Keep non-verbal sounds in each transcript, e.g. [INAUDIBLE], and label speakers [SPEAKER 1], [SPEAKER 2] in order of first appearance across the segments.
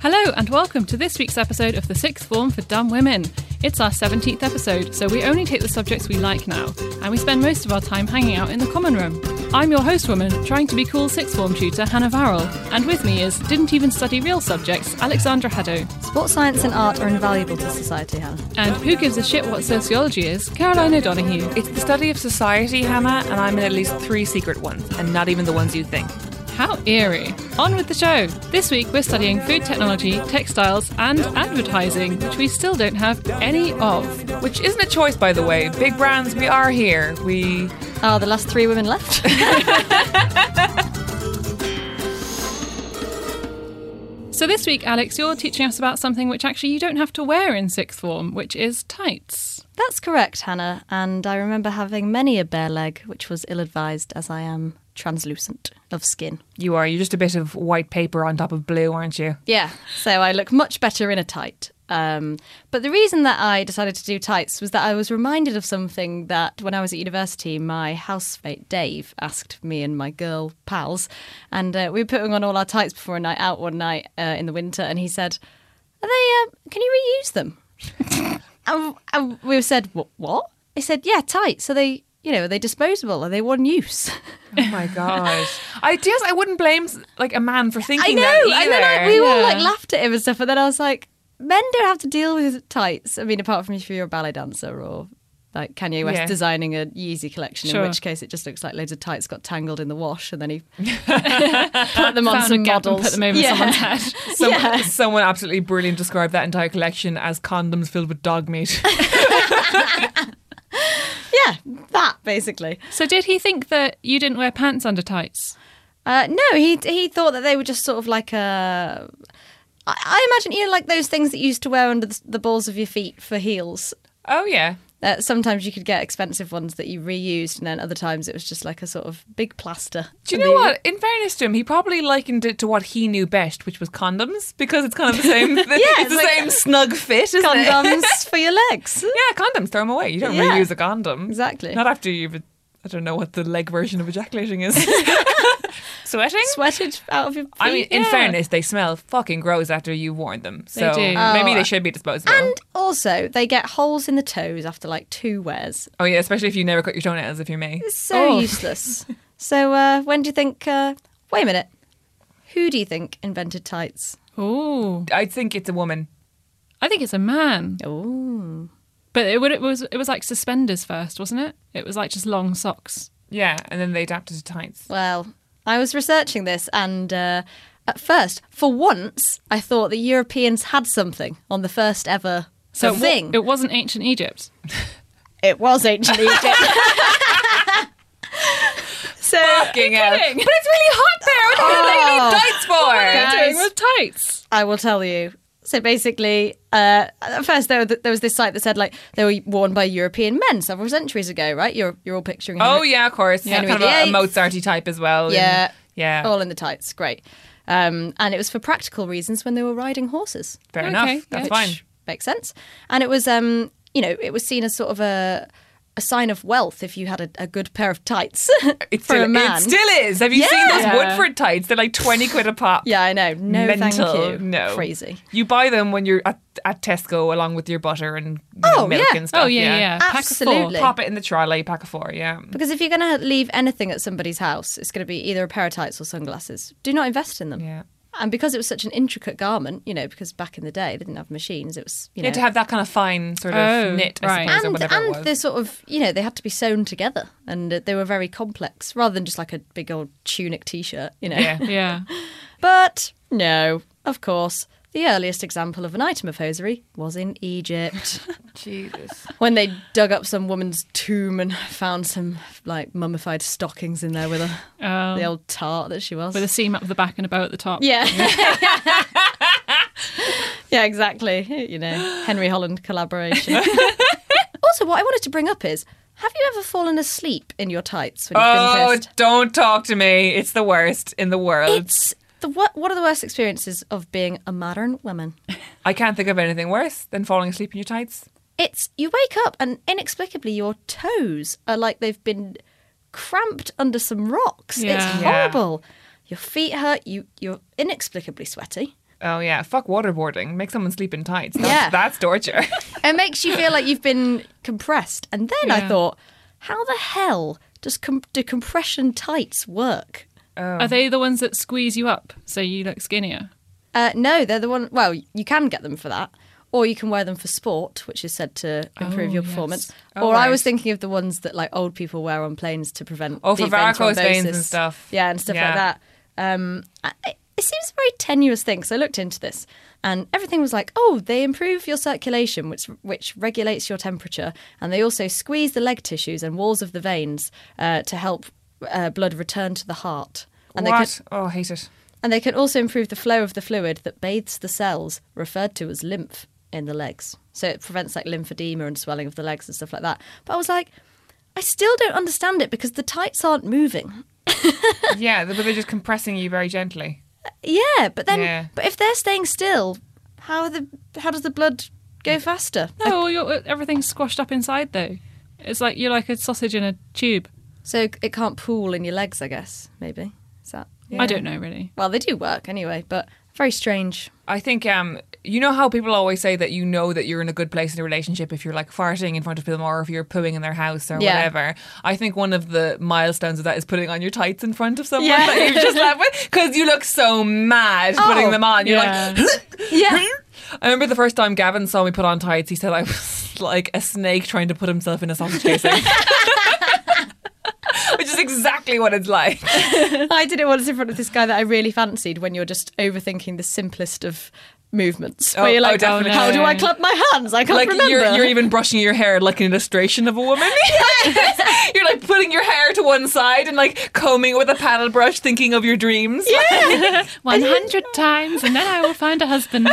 [SPEAKER 1] Hello, and welcome to this week's episode of The Sixth Form for Dumb Women. It's our 17th episode, so we only take the subjects we like now, and we spend most of our time hanging out in the common room. I'm your host woman, trying to be cool sixth form tutor Hannah Varrell, and with me is didn't even study real subjects Alexandra Haddo,
[SPEAKER 2] Sports science and art are invaluable to society, Hannah.
[SPEAKER 1] and who gives a shit what sociology is Caroline O'Donoghue.
[SPEAKER 3] It's the study of society, Hannah, and I'm in at least three secret ones, and not even the ones you think.
[SPEAKER 1] How eerie. On with the show. This week we're studying food technology, textiles, and advertising, which we still don't have any of.
[SPEAKER 3] Which isn't a choice, by the way. Big brands, we are here. We.
[SPEAKER 2] Oh, the last three women left. [LAUGHS]
[SPEAKER 1] So this week, Alex, you're teaching us about something which actually you don't have to wear in sixth form, which is tights.
[SPEAKER 2] That's correct, Hannah. And I remember having many a bare leg, which was ill advised as I am translucent of skin.
[SPEAKER 3] You are. You're just a bit of white paper on top of blue, aren't you?
[SPEAKER 2] Yeah, so I look much better in a tight. Um, but the reason that I decided to do tights was that I was reminded of something that when I was at university, my housemate Dave asked me and my girl pals, and uh, we were putting on all our tights before a night out one night uh, in the winter, and he said, "Are they? Uh, can you reuse them?" [LAUGHS] and, and we said, "What?" what? He said, "Yeah, tights. Are they? You know, are they disposable? Are they one use?"
[SPEAKER 3] Oh my gosh. I guess I wouldn't blame [LAUGHS] like a man for
[SPEAKER 2] I
[SPEAKER 3] thinking
[SPEAKER 2] know.
[SPEAKER 3] that either.
[SPEAKER 2] And then I, we all like laughed at him and stuff. And then I was like, men don't have to deal with tights. I mean, apart from if you're a ballet dancer or like Kanye West
[SPEAKER 3] Yeah.
[SPEAKER 2] designing a Yeezy collection,
[SPEAKER 1] Sure.
[SPEAKER 2] in which case it just looks like loads of tights got tangled in the wash, and
[SPEAKER 1] [LAUGHS]
[SPEAKER 2] then he [LAUGHS] put them on
[SPEAKER 1] Found a
[SPEAKER 2] some
[SPEAKER 1] gap and
[SPEAKER 2] models.
[SPEAKER 1] put them over
[SPEAKER 2] yeah.
[SPEAKER 1] someone's head.
[SPEAKER 3] Some-
[SPEAKER 2] yeah.
[SPEAKER 3] Someone absolutely brilliant described that entire collection as condoms filled with dog meat.
[SPEAKER 2] [LAUGHS] [LAUGHS] yeah, that basically.
[SPEAKER 1] So did he think that you didn't wear pants under tights?
[SPEAKER 2] Uh, no, he he thought that they were just sort of like a. I, I imagine you know, like those things that you used to wear under the, the balls of your feet for heels.
[SPEAKER 3] oh, yeah.
[SPEAKER 2] Uh, sometimes you could get expensive ones that you reused, and then other times it was just like a sort of big plaster.
[SPEAKER 3] Do you
[SPEAKER 2] [LAUGHS]
[SPEAKER 3] know what? In fairness to him, he probably likened it to what he knew best, which was condoms, because it's kind of the
[SPEAKER 2] [LAUGHS]
[SPEAKER 3] same. yeah, it's,
[SPEAKER 2] it's
[SPEAKER 3] the
[SPEAKER 2] like-
[SPEAKER 3] same snug fit, isn't it?
[SPEAKER 2] Condoms
[SPEAKER 3] [LAUGHS]
[SPEAKER 2] for your legs.
[SPEAKER 3] Yeah, condoms. Throw them away. You don't
[SPEAKER 2] Yeah.
[SPEAKER 3] reuse a condom.
[SPEAKER 2] Exactly.
[SPEAKER 3] Not after you've. I don't know what the leg version of
[SPEAKER 2] [LAUGHS]
[SPEAKER 3] ejaculating is. [LAUGHS] Sweating.
[SPEAKER 2] Sweated out of your feet.
[SPEAKER 3] I mean, in
[SPEAKER 2] yeah.
[SPEAKER 3] fairness, they smell fucking gross after you've worn them. So
[SPEAKER 1] do.
[SPEAKER 3] maybe they should be disposable.
[SPEAKER 2] Oh. And also, they get holes in the toes after like two wears.
[SPEAKER 3] oh yeah, especially if you never cut your toenails, if you're me.
[SPEAKER 2] It's so useless. So, uh, when do you think? Uh, wait a minute. Who do you think invented tights?
[SPEAKER 1] Oh,
[SPEAKER 3] I think it's a woman.
[SPEAKER 1] I think it's a man.
[SPEAKER 2] Oh,
[SPEAKER 1] But it, would, it was it was like suspenders first, wasn't it? It was like just long socks.
[SPEAKER 3] Yeah, and then they adapted to tights.
[SPEAKER 2] well, I was researching this, and uh, at first, for once, I thought the Europeans had something on the first ever
[SPEAKER 1] So it wa-
[SPEAKER 2] thing.
[SPEAKER 1] it wasn't ancient Egypt.
[SPEAKER 2] It was ancient Egypt.
[SPEAKER 3] [LAUGHS]
[SPEAKER 2] so
[SPEAKER 3] Fucking hell. But it's really hot there. What the
[SPEAKER 2] Oh.
[SPEAKER 3] hell do they need tights for?
[SPEAKER 1] Doing
[SPEAKER 2] Guys.
[SPEAKER 1] with tights.
[SPEAKER 2] I will tell you. So basically, uh, at first there, were- there was this site that said like they were worn by European men several centuries ago, right? You're you're all picturing.
[SPEAKER 3] Oh
[SPEAKER 2] Henry-
[SPEAKER 3] yeah, of course. Yeah,
[SPEAKER 2] Henry
[SPEAKER 3] kind of a, a
[SPEAKER 2] VIII.
[SPEAKER 3] Mozarty type as well. and-
[SPEAKER 2] yeah,
[SPEAKER 3] yeah.
[SPEAKER 1] Oh,
[SPEAKER 2] all in the tights, great. Um, and it was for practical reasons when they were riding horses.
[SPEAKER 3] fair
[SPEAKER 1] Okay, yeah.
[SPEAKER 3] enough. That's
[SPEAKER 1] Which-
[SPEAKER 3] fine.
[SPEAKER 2] Makes sense. And it was, um, you know, it was seen as sort of a a sign of wealth if you had a, a good pair of tights [LAUGHS]
[SPEAKER 3] It
[SPEAKER 2] for
[SPEAKER 3] still,
[SPEAKER 2] a man.
[SPEAKER 3] It still is. Have you seen those
[SPEAKER 1] Yeah.
[SPEAKER 3] Woodford tights? They're like 20 quid a pop.
[SPEAKER 2] yeah, I know. No,
[SPEAKER 3] Mental.
[SPEAKER 2] thank you.
[SPEAKER 3] No.
[SPEAKER 2] crazy.
[SPEAKER 3] You buy them when you're at, at Tesco along with your butter and you
[SPEAKER 2] Oh,
[SPEAKER 3] know, milk
[SPEAKER 2] yeah.
[SPEAKER 3] and stuff.
[SPEAKER 1] Oh yeah, yeah. yeah. Pack of four.
[SPEAKER 2] Absolutely.
[SPEAKER 3] Pop it in the trolley, pack of four, yeah.
[SPEAKER 2] Because if you're going to leave anything at somebody's house, it's going to be either a pair of tights or sunglasses. Do not invest in them.
[SPEAKER 3] Yeah.
[SPEAKER 2] And because it was such an intricate garment, you know, because back in the day they didn't have machines, it was you
[SPEAKER 3] You
[SPEAKER 2] know,
[SPEAKER 3] had to have that kind of fine sort of
[SPEAKER 1] Oh,
[SPEAKER 3] knit, I
[SPEAKER 1] right.
[SPEAKER 3] suppose, or
[SPEAKER 2] and
[SPEAKER 3] whatever it
[SPEAKER 2] and
[SPEAKER 3] was.
[SPEAKER 2] they sort of you know they had to be sewn together, and uh, they were very complex rather than just like a [LAUGHS] big old tunic t-shirt, you know.
[SPEAKER 3] yeah.
[SPEAKER 1] Yeah.
[SPEAKER 2] But no, of course, The earliest example of an item of hosiery was in
[SPEAKER 1] [LAUGHS]
[SPEAKER 2] Egypt.
[SPEAKER 4] Jesus.
[SPEAKER 2] when they dug up some woman's tomb and found some like mummified stockings in there with her,
[SPEAKER 1] Um,
[SPEAKER 2] the old tart that she was.
[SPEAKER 1] with a seam up the back and a bow at the top. [LAUGHS]
[SPEAKER 2] yeah. [LAUGHS] yeah, exactly. You know, Henry Holland collaboration. [LAUGHS] also, what I wanted to bring up is have you ever fallen asleep in your tights when you've
[SPEAKER 3] Oh,
[SPEAKER 2] been pissed?
[SPEAKER 3] don't talk to me. It's the worst in the world.
[SPEAKER 2] It's the, what, one of the worst experiences of being a modern woman.
[SPEAKER 3] I can't think of anything worse than falling asleep in your tights.
[SPEAKER 2] It's you wake up and inexplicably your toes are like they've been cramped under some rocks.
[SPEAKER 1] Yeah.
[SPEAKER 2] It's
[SPEAKER 3] Yeah.
[SPEAKER 2] horrible. Your feet hurt. You you're inexplicably sweaty.
[SPEAKER 3] Oh yeah, fuck waterboarding. Make someone sleep in tights. That's,
[SPEAKER 2] Yeah.
[SPEAKER 3] that's torture.
[SPEAKER 2] It makes you feel like you've been compressed. And then I
[SPEAKER 1] Yeah.
[SPEAKER 2] thought, how the hell does com- do compression tights work?
[SPEAKER 1] Are they the ones that squeeze you up so you look skinnier?
[SPEAKER 2] Uh, no, they're the one. Well, you can get them for that, or you can wear them for sport, which is said to improve
[SPEAKER 1] Oh,
[SPEAKER 2] your
[SPEAKER 1] yes.
[SPEAKER 2] performance.
[SPEAKER 3] Oh,
[SPEAKER 2] or I
[SPEAKER 3] right.
[SPEAKER 2] was thinking of the ones that like old people wear on planes to prevent
[SPEAKER 3] Oh, for
[SPEAKER 2] deep vein
[SPEAKER 3] varicose veins and
[SPEAKER 2] thrombosis.
[SPEAKER 3] stuff.
[SPEAKER 2] Yeah, and stuff
[SPEAKER 3] Yeah.
[SPEAKER 2] like that. Um, I- I- it seems a very tenuous thing. So I looked into this, and everything was like, oh, they improve your circulation, which which regulates your temperature, and they also squeeze the leg tissues and walls of the veins uh, to help uh, blood return to the heart. [LAUGHS] And They can,
[SPEAKER 3] what? Oh, I hate it.
[SPEAKER 2] and they can also improve the flow of the fluid that bathes the cells, referred to as lymph, in the legs. So it prevents like lymphedema and swelling of the legs and stuff like that. But I was like, I still don't understand it because the tights aren't moving.
[SPEAKER 3] yeah, but they're just compressing you very gently.
[SPEAKER 2] Yeah, but then,
[SPEAKER 3] Yeah.
[SPEAKER 2] but if they're staying still, how are the how does the blood go faster?
[SPEAKER 1] No, Oh, you're, everything's squashed up inside though. It's like you're like a sausage in a tube.
[SPEAKER 2] So it can't pool in your legs, I guess. Maybe is that?
[SPEAKER 1] I don't know really.
[SPEAKER 2] Well, they do work anyway, but very strange.
[SPEAKER 1] [LAUGHS]
[SPEAKER 3] I think um, you know how people always say that you know that you're in a good place in a relationship if you're like farting in front of people or if you're pooing in their house or
[SPEAKER 2] Yeah.
[SPEAKER 3] whatever. I think one of the milestones of that is putting on your tights in front of someone
[SPEAKER 2] Yeah.
[SPEAKER 3] that you've just
[SPEAKER 2] [LAUGHS]
[SPEAKER 3] left with because you look so mad putting
[SPEAKER 2] Oh,
[SPEAKER 3] them on. You're
[SPEAKER 1] yeah.
[SPEAKER 3] like,
[SPEAKER 2] Yeah.
[SPEAKER 3] I remember the first time Gavin saw me put on tights. He said I was [LAUGHS] like a snake trying to put himself in a sausage casing. [LAUGHS] Which is exactly what it's like.
[SPEAKER 1] [LAUGHS]
[SPEAKER 2] I did it once in front of this guy that I really fancied when you're just overthinking the simplest of movements. Where
[SPEAKER 3] Oh,
[SPEAKER 2] you're
[SPEAKER 3] oh,
[SPEAKER 2] like,
[SPEAKER 3] definitely.
[SPEAKER 2] how do I clap my hands? I can't
[SPEAKER 3] Like
[SPEAKER 2] remember.
[SPEAKER 3] you're, you're even brushing your hair like an illustration of a woman. [LAUGHS] you're like putting your hair to one side and like combing it with a paddle brush, thinking of your dreams.
[SPEAKER 1] One hundred times, and then I will find a
[SPEAKER 2] [LAUGHS]
[SPEAKER 1] husband.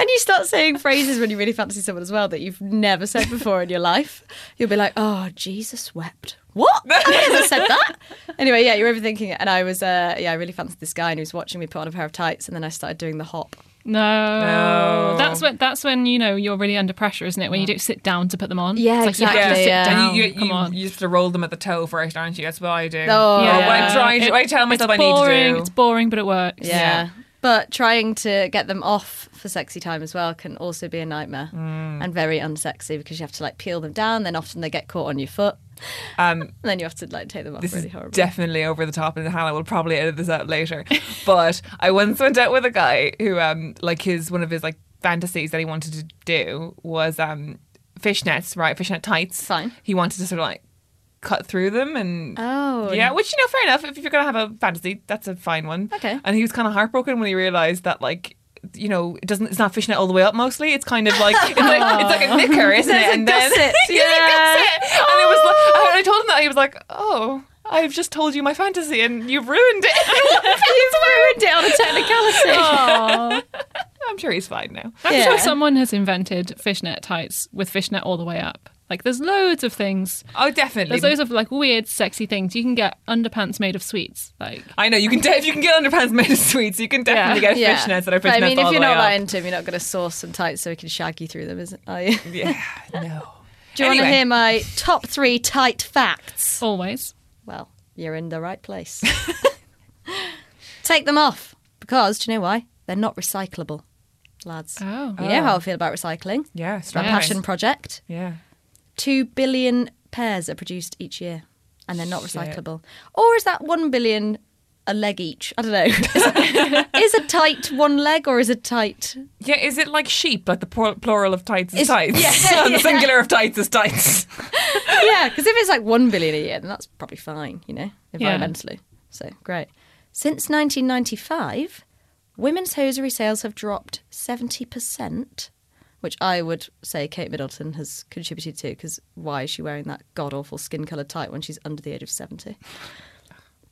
[SPEAKER 2] and you start saying phrases when you really fancy someone as well that you've never said before in your life. You'll be like, oh, Jesus wept. What? I never said that. [LAUGHS] Anyway, yeah, you're overthinking it. And I was, uh, yeah, I really fancied this guy and he was watching me put on a pair of tights and then I started doing the hop.
[SPEAKER 1] No. that's when that's when you know you're really under pressure, isn't it?
[SPEAKER 3] Mm.
[SPEAKER 1] When you don't sit down to put them on.
[SPEAKER 2] Yeah,
[SPEAKER 1] It's like you have to
[SPEAKER 2] exactly,
[SPEAKER 1] sit
[SPEAKER 2] yeah.
[SPEAKER 1] down.
[SPEAKER 3] And you, you,
[SPEAKER 1] Come
[SPEAKER 3] you,
[SPEAKER 1] on.
[SPEAKER 3] you used to roll them at the toe first, aren't you? That's what I do.
[SPEAKER 2] Oh.
[SPEAKER 3] Or
[SPEAKER 2] Yeah.
[SPEAKER 3] When I'm trying to,
[SPEAKER 1] It-
[SPEAKER 3] I tell myself I
[SPEAKER 1] it's
[SPEAKER 3] need
[SPEAKER 1] boring,
[SPEAKER 3] to do.
[SPEAKER 1] It's boring, but it works.
[SPEAKER 2] Yeah. But trying to get them off for sexy time as well can also be a nightmare
[SPEAKER 3] Mm.
[SPEAKER 2] and very unsexy because you have to like peel them down. Then often they get caught on your foot.
[SPEAKER 3] Um,
[SPEAKER 2] And then you have to like take them off.
[SPEAKER 3] This
[SPEAKER 2] really
[SPEAKER 3] is
[SPEAKER 2] horrible.
[SPEAKER 3] definitely over the top, and Hannah will probably edit this out later. [LAUGHS] but I once went out with a guy who, um, like his one of his like fantasies that he wanted to do was um, fishnets, right? Fishnet tights.
[SPEAKER 2] Fine.
[SPEAKER 3] He wanted to sort of like cut through them and
[SPEAKER 2] Oh,
[SPEAKER 3] yeah, which you know, fair enough. If you're gonna have a fantasy, that's a fine one.
[SPEAKER 2] Okay.
[SPEAKER 3] And he was kind of heartbroken when he realized that like. You know, it doesn't. It's not fishnet all the way up. Mostly, it's kind of like it's like, it's like a knicker, isn't
[SPEAKER 2] [LAUGHS]
[SPEAKER 3] it?
[SPEAKER 2] There's a
[SPEAKER 3] And then [LAUGHS]
[SPEAKER 2] gusset,
[SPEAKER 3] There's a
[SPEAKER 2] yeah.
[SPEAKER 3] gusset. And it was like, and I told him that he was like, "Oh, I've just told you my fantasy, and you've ruined
[SPEAKER 2] [LAUGHS] You've ruined
[SPEAKER 3] it." [LAUGHS]
[SPEAKER 2] it on a technicality.
[SPEAKER 3] Oh, I'm sure he's fine now.
[SPEAKER 1] I'm
[SPEAKER 2] Yeah.
[SPEAKER 1] sure someone has invented fishnet tights with fishnet all the way up. Like there's loads of things.
[SPEAKER 3] Oh, definitely.
[SPEAKER 1] There's loads of like weird, sexy things. You can get underpants made of sweets. Like
[SPEAKER 3] I know you can. De- if you can get underpants made of sweets, you can definitely get fishnets that are
[SPEAKER 2] But
[SPEAKER 3] fishnets
[SPEAKER 2] I mean,
[SPEAKER 3] all
[SPEAKER 2] if
[SPEAKER 3] the
[SPEAKER 2] you're
[SPEAKER 3] way
[SPEAKER 2] not that
[SPEAKER 3] up.
[SPEAKER 2] into him, you're not going to source some tights so he can shag you through them, is are
[SPEAKER 3] [LAUGHS]
[SPEAKER 2] you?
[SPEAKER 3] yeah, no.
[SPEAKER 2] Do you want
[SPEAKER 3] Anyway.
[SPEAKER 2] to hear my top three tight facts?
[SPEAKER 1] always.
[SPEAKER 2] Well, you're in the right
[SPEAKER 1] [LAUGHS]
[SPEAKER 2] place. Take them off because do you know why? They're not recyclable, lads.
[SPEAKER 1] Oh.
[SPEAKER 2] You know how I feel about recycling.
[SPEAKER 3] Yeah,
[SPEAKER 2] My
[SPEAKER 3] strong
[SPEAKER 2] passion project.
[SPEAKER 3] Yeah.
[SPEAKER 2] Two billion pairs are produced each year, and they're not recyclable. Or is that one billion a leg each? I don't know. [LAUGHS] is a tight one leg or is a tight?
[SPEAKER 3] Yeah, is it like sheep? Like the plur- plural of tights
[SPEAKER 2] It's-
[SPEAKER 3] is tights.
[SPEAKER 2] yeah,
[SPEAKER 3] and [LAUGHS] the
[SPEAKER 2] yeah.
[SPEAKER 3] singular of tights is tights.
[SPEAKER 2] yeah, because if it's like one billion a year, then that's probably fine, you know, environmentally. So great. Since 1995, Women's hosiery sales have dropped 70%, which I would say Kate Middleton has contributed to because why is she wearing that god awful skin coloured tight when she's under the age of 70?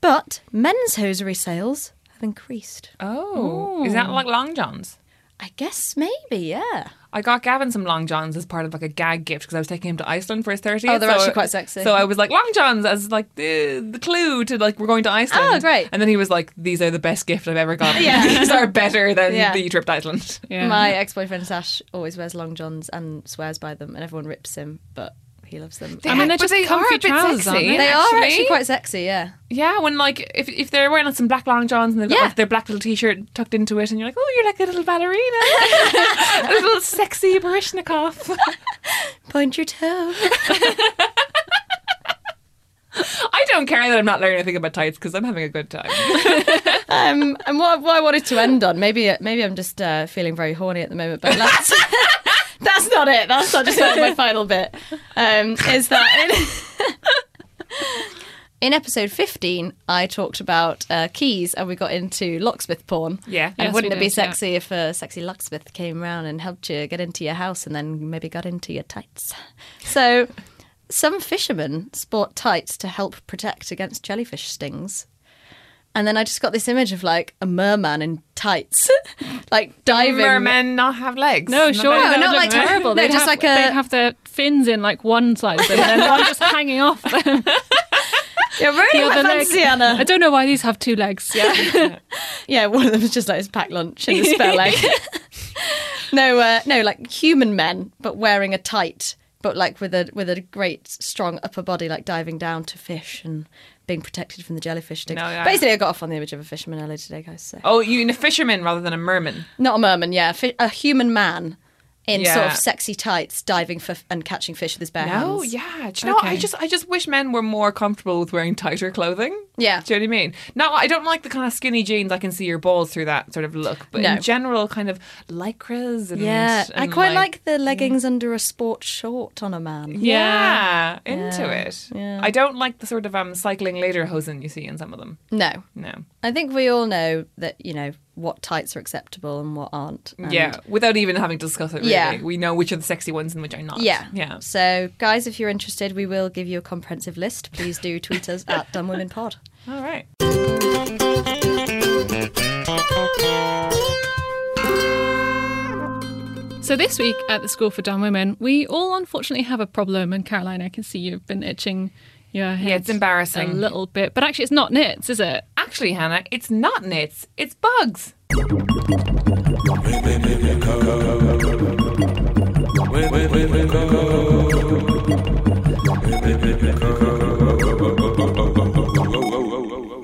[SPEAKER 2] But men's hosiery sales have increased.
[SPEAKER 3] Oh, is that like long johns?
[SPEAKER 2] I guess maybe, yeah.
[SPEAKER 3] I got Gavin some long johns as part of like a gag gift because I was taking him to Iceland for his 30th.
[SPEAKER 2] Oh, they're actually quite sexy.
[SPEAKER 3] So I was like long johns as like the the clue to like we're going to Iceland.
[SPEAKER 2] Oh, great.
[SPEAKER 3] And then he was like, "These are the best gift I've ever
[SPEAKER 2] [LAUGHS]
[SPEAKER 3] gotten.
[SPEAKER 2] Yeah.
[SPEAKER 3] [LAUGHS] These are better than
[SPEAKER 2] Yeah.
[SPEAKER 3] the trip to Iceland." [LAUGHS]
[SPEAKER 1] Yeah.
[SPEAKER 2] My ex boyfriend Sash always wears long johns and swears by them, and everyone rips him, but he loves them.
[SPEAKER 1] I mean, they're
[SPEAKER 3] But
[SPEAKER 1] just
[SPEAKER 3] they are a
[SPEAKER 1] comfy
[SPEAKER 3] bit
[SPEAKER 1] trousers, aren't
[SPEAKER 3] sexy,
[SPEAKER 1] they?
[SPEAKER 2] they are actually
[SPEAKER 3] actually.
[SPEAKER 2] quite sexy, yeah.
[SPEAKER 3] Yeah, when like if if they're wearing like, some black long johns and they've got
[SPEAKER 2] Yeah.
[SPEAKER 3] like, their black little t-shirt tucked into it, and you're like, "Oh, you're like a little ballerina, [LAUGHS] a little sexy
[SPEAKER 1] [LAUGHS]
[SPEAKER 3] Barishnikov."
[SPEAKER 2] Point your toe.
[SPEAKER 3] I don't care that I'm not learning anything about tights because I'm having a good time.
[SPEAKER 2] Um, and what, what I wanted to end on, maybe maybe I'm just uh, feeling very horny at the moment, but that's, [LAUGHS] that's not it. That's not just not my final bit. Um, is that [LAUGHS] in, in episode 15, I talked about uh, keys and we got into locksmith porn.
[SPEAKER 3] Yeah.
[SPEAKER 2] And
[SPEAKER 1] Yes,
[SPEAKER 2] wouldn't
[SPEAKER 1] we
[SPEAKER 2] it be
[SPEAKER 1] did, yeah.
[SPEAKER 2] sexy if a sexy locksmith came round and helped you get into your house and then maybe got into your tights? So some fishermen sport tights to help protect against jellyfish stings. And then I just got this image of like a merman in tights, [LAUGHS] like diving.
[SPEAKER 3] Mermen not have legs.
[SPEAKER 1] No, sure.
[SPEAKER 2] No,
[SPEAKER 1] that
[SPEAKER 2] not
[SPEAKER 1] would
[SPEAKER 2] like
[SPEAKER 1] look
[SPEAKER 2] terrible. They're
[SPEAKER 1] They'd
[SPEAKER 2] just
[SPEAKER 1] have,
[SPEAKER 2] like a-
[SPEAKER 1] They'd have their fins in like one side of them, and
[SPEAKER 2] [LAUGHS]
[SPEAKER 1] then one just hanging off the
[SPEAKER 2] You're really
[SPEAKER 1] other leg.
[SPEAKER 2] fancy, Anna.
[SPEAKER 1] I don't know why these have two legs. Yeah.
[SPEAKER 2] [LAUGHS] Yeah, one of them was just like his packed lunch in the spare
[SPEAKER 3] [LAUGHS]
[SPEAKER 2] leg. [LAUGHS] no, uh, no, like human men, but wearing a tight, but like with a with a great strong upper body, like diving down to fish and being protected from the jellyfish sting.
[SPEAKER 3] No, yeah.
[SPEAKER 2] Basically, I got off on the image of a fisherman earlier today, guys. So.
[SPEAKER 3] Oh, you mean a fisherman rather than a merman.
[SPEAKER 2] Not a merman, yeah, a, fi- a human man in sort
[SPEAKER 3] Yeah.
[SPEAKER 2] of sexy tights, diving for and catching fish with his bare hands.
[SPEAKER 3] No, Oh, yeah. Do you know what? I
[SPEAKER 1] Okay.
[SPEAKER 3] just I just wish men were more comfortable with wearing tighter clothing.
[SPEAKER 2] Yeah.
[SPEAKER 3] Do you know what I mean? Not I don't like the kind of skinny jeans I can see your balls through that sort of look, but
[SPEAKER 2] No.
[SPEAKER 3] in general kind of lycras and
[SPEAKER 2] Yeah, I
[SPEAKER 3] and,
[SPEAKER 2] quite like, the leggings under a sport short on a man.
[SPEAKER 3] yeah, into it.
[SPEAKER 2] yeah.
[SPEAKER 3] I don't like the sort of um cycling later hosen you see in some of them.
[SPEAKER 2] No,
[SPEAKER 3] No.
[SPEAKER 2] I think we all know that you know what tights are acceptable and what aren't. and-
[SPEAKER 3] yeah, without even having to discuss it really.
[SPEAKER 2] Yeah.
[SPEAKER 3] We know which are the sexy ones and which are not.
[SPEAKER 2] Yeah.
[SPEAKER 3] Yeah.
[SPEAKER 2] So, guys, if you're interested, we will give you a comprehensive list. Please do tweet us at [LAUGHS] Dumb Women Pod.
[SPEAKER 3] All right.
[SPEAKER 1] So this week at the School for Dumb Women, we all unfortunately have a problem, and Caroline, I can see you've been itching your head.
[SPEAKER 3] Yeah, it's embarrassing.
[SPEAKER 1] A little bit, but actually, it's not nits, is it?
[SPEAKER 3] Actually, Hannah, it's not nits, it's bugs.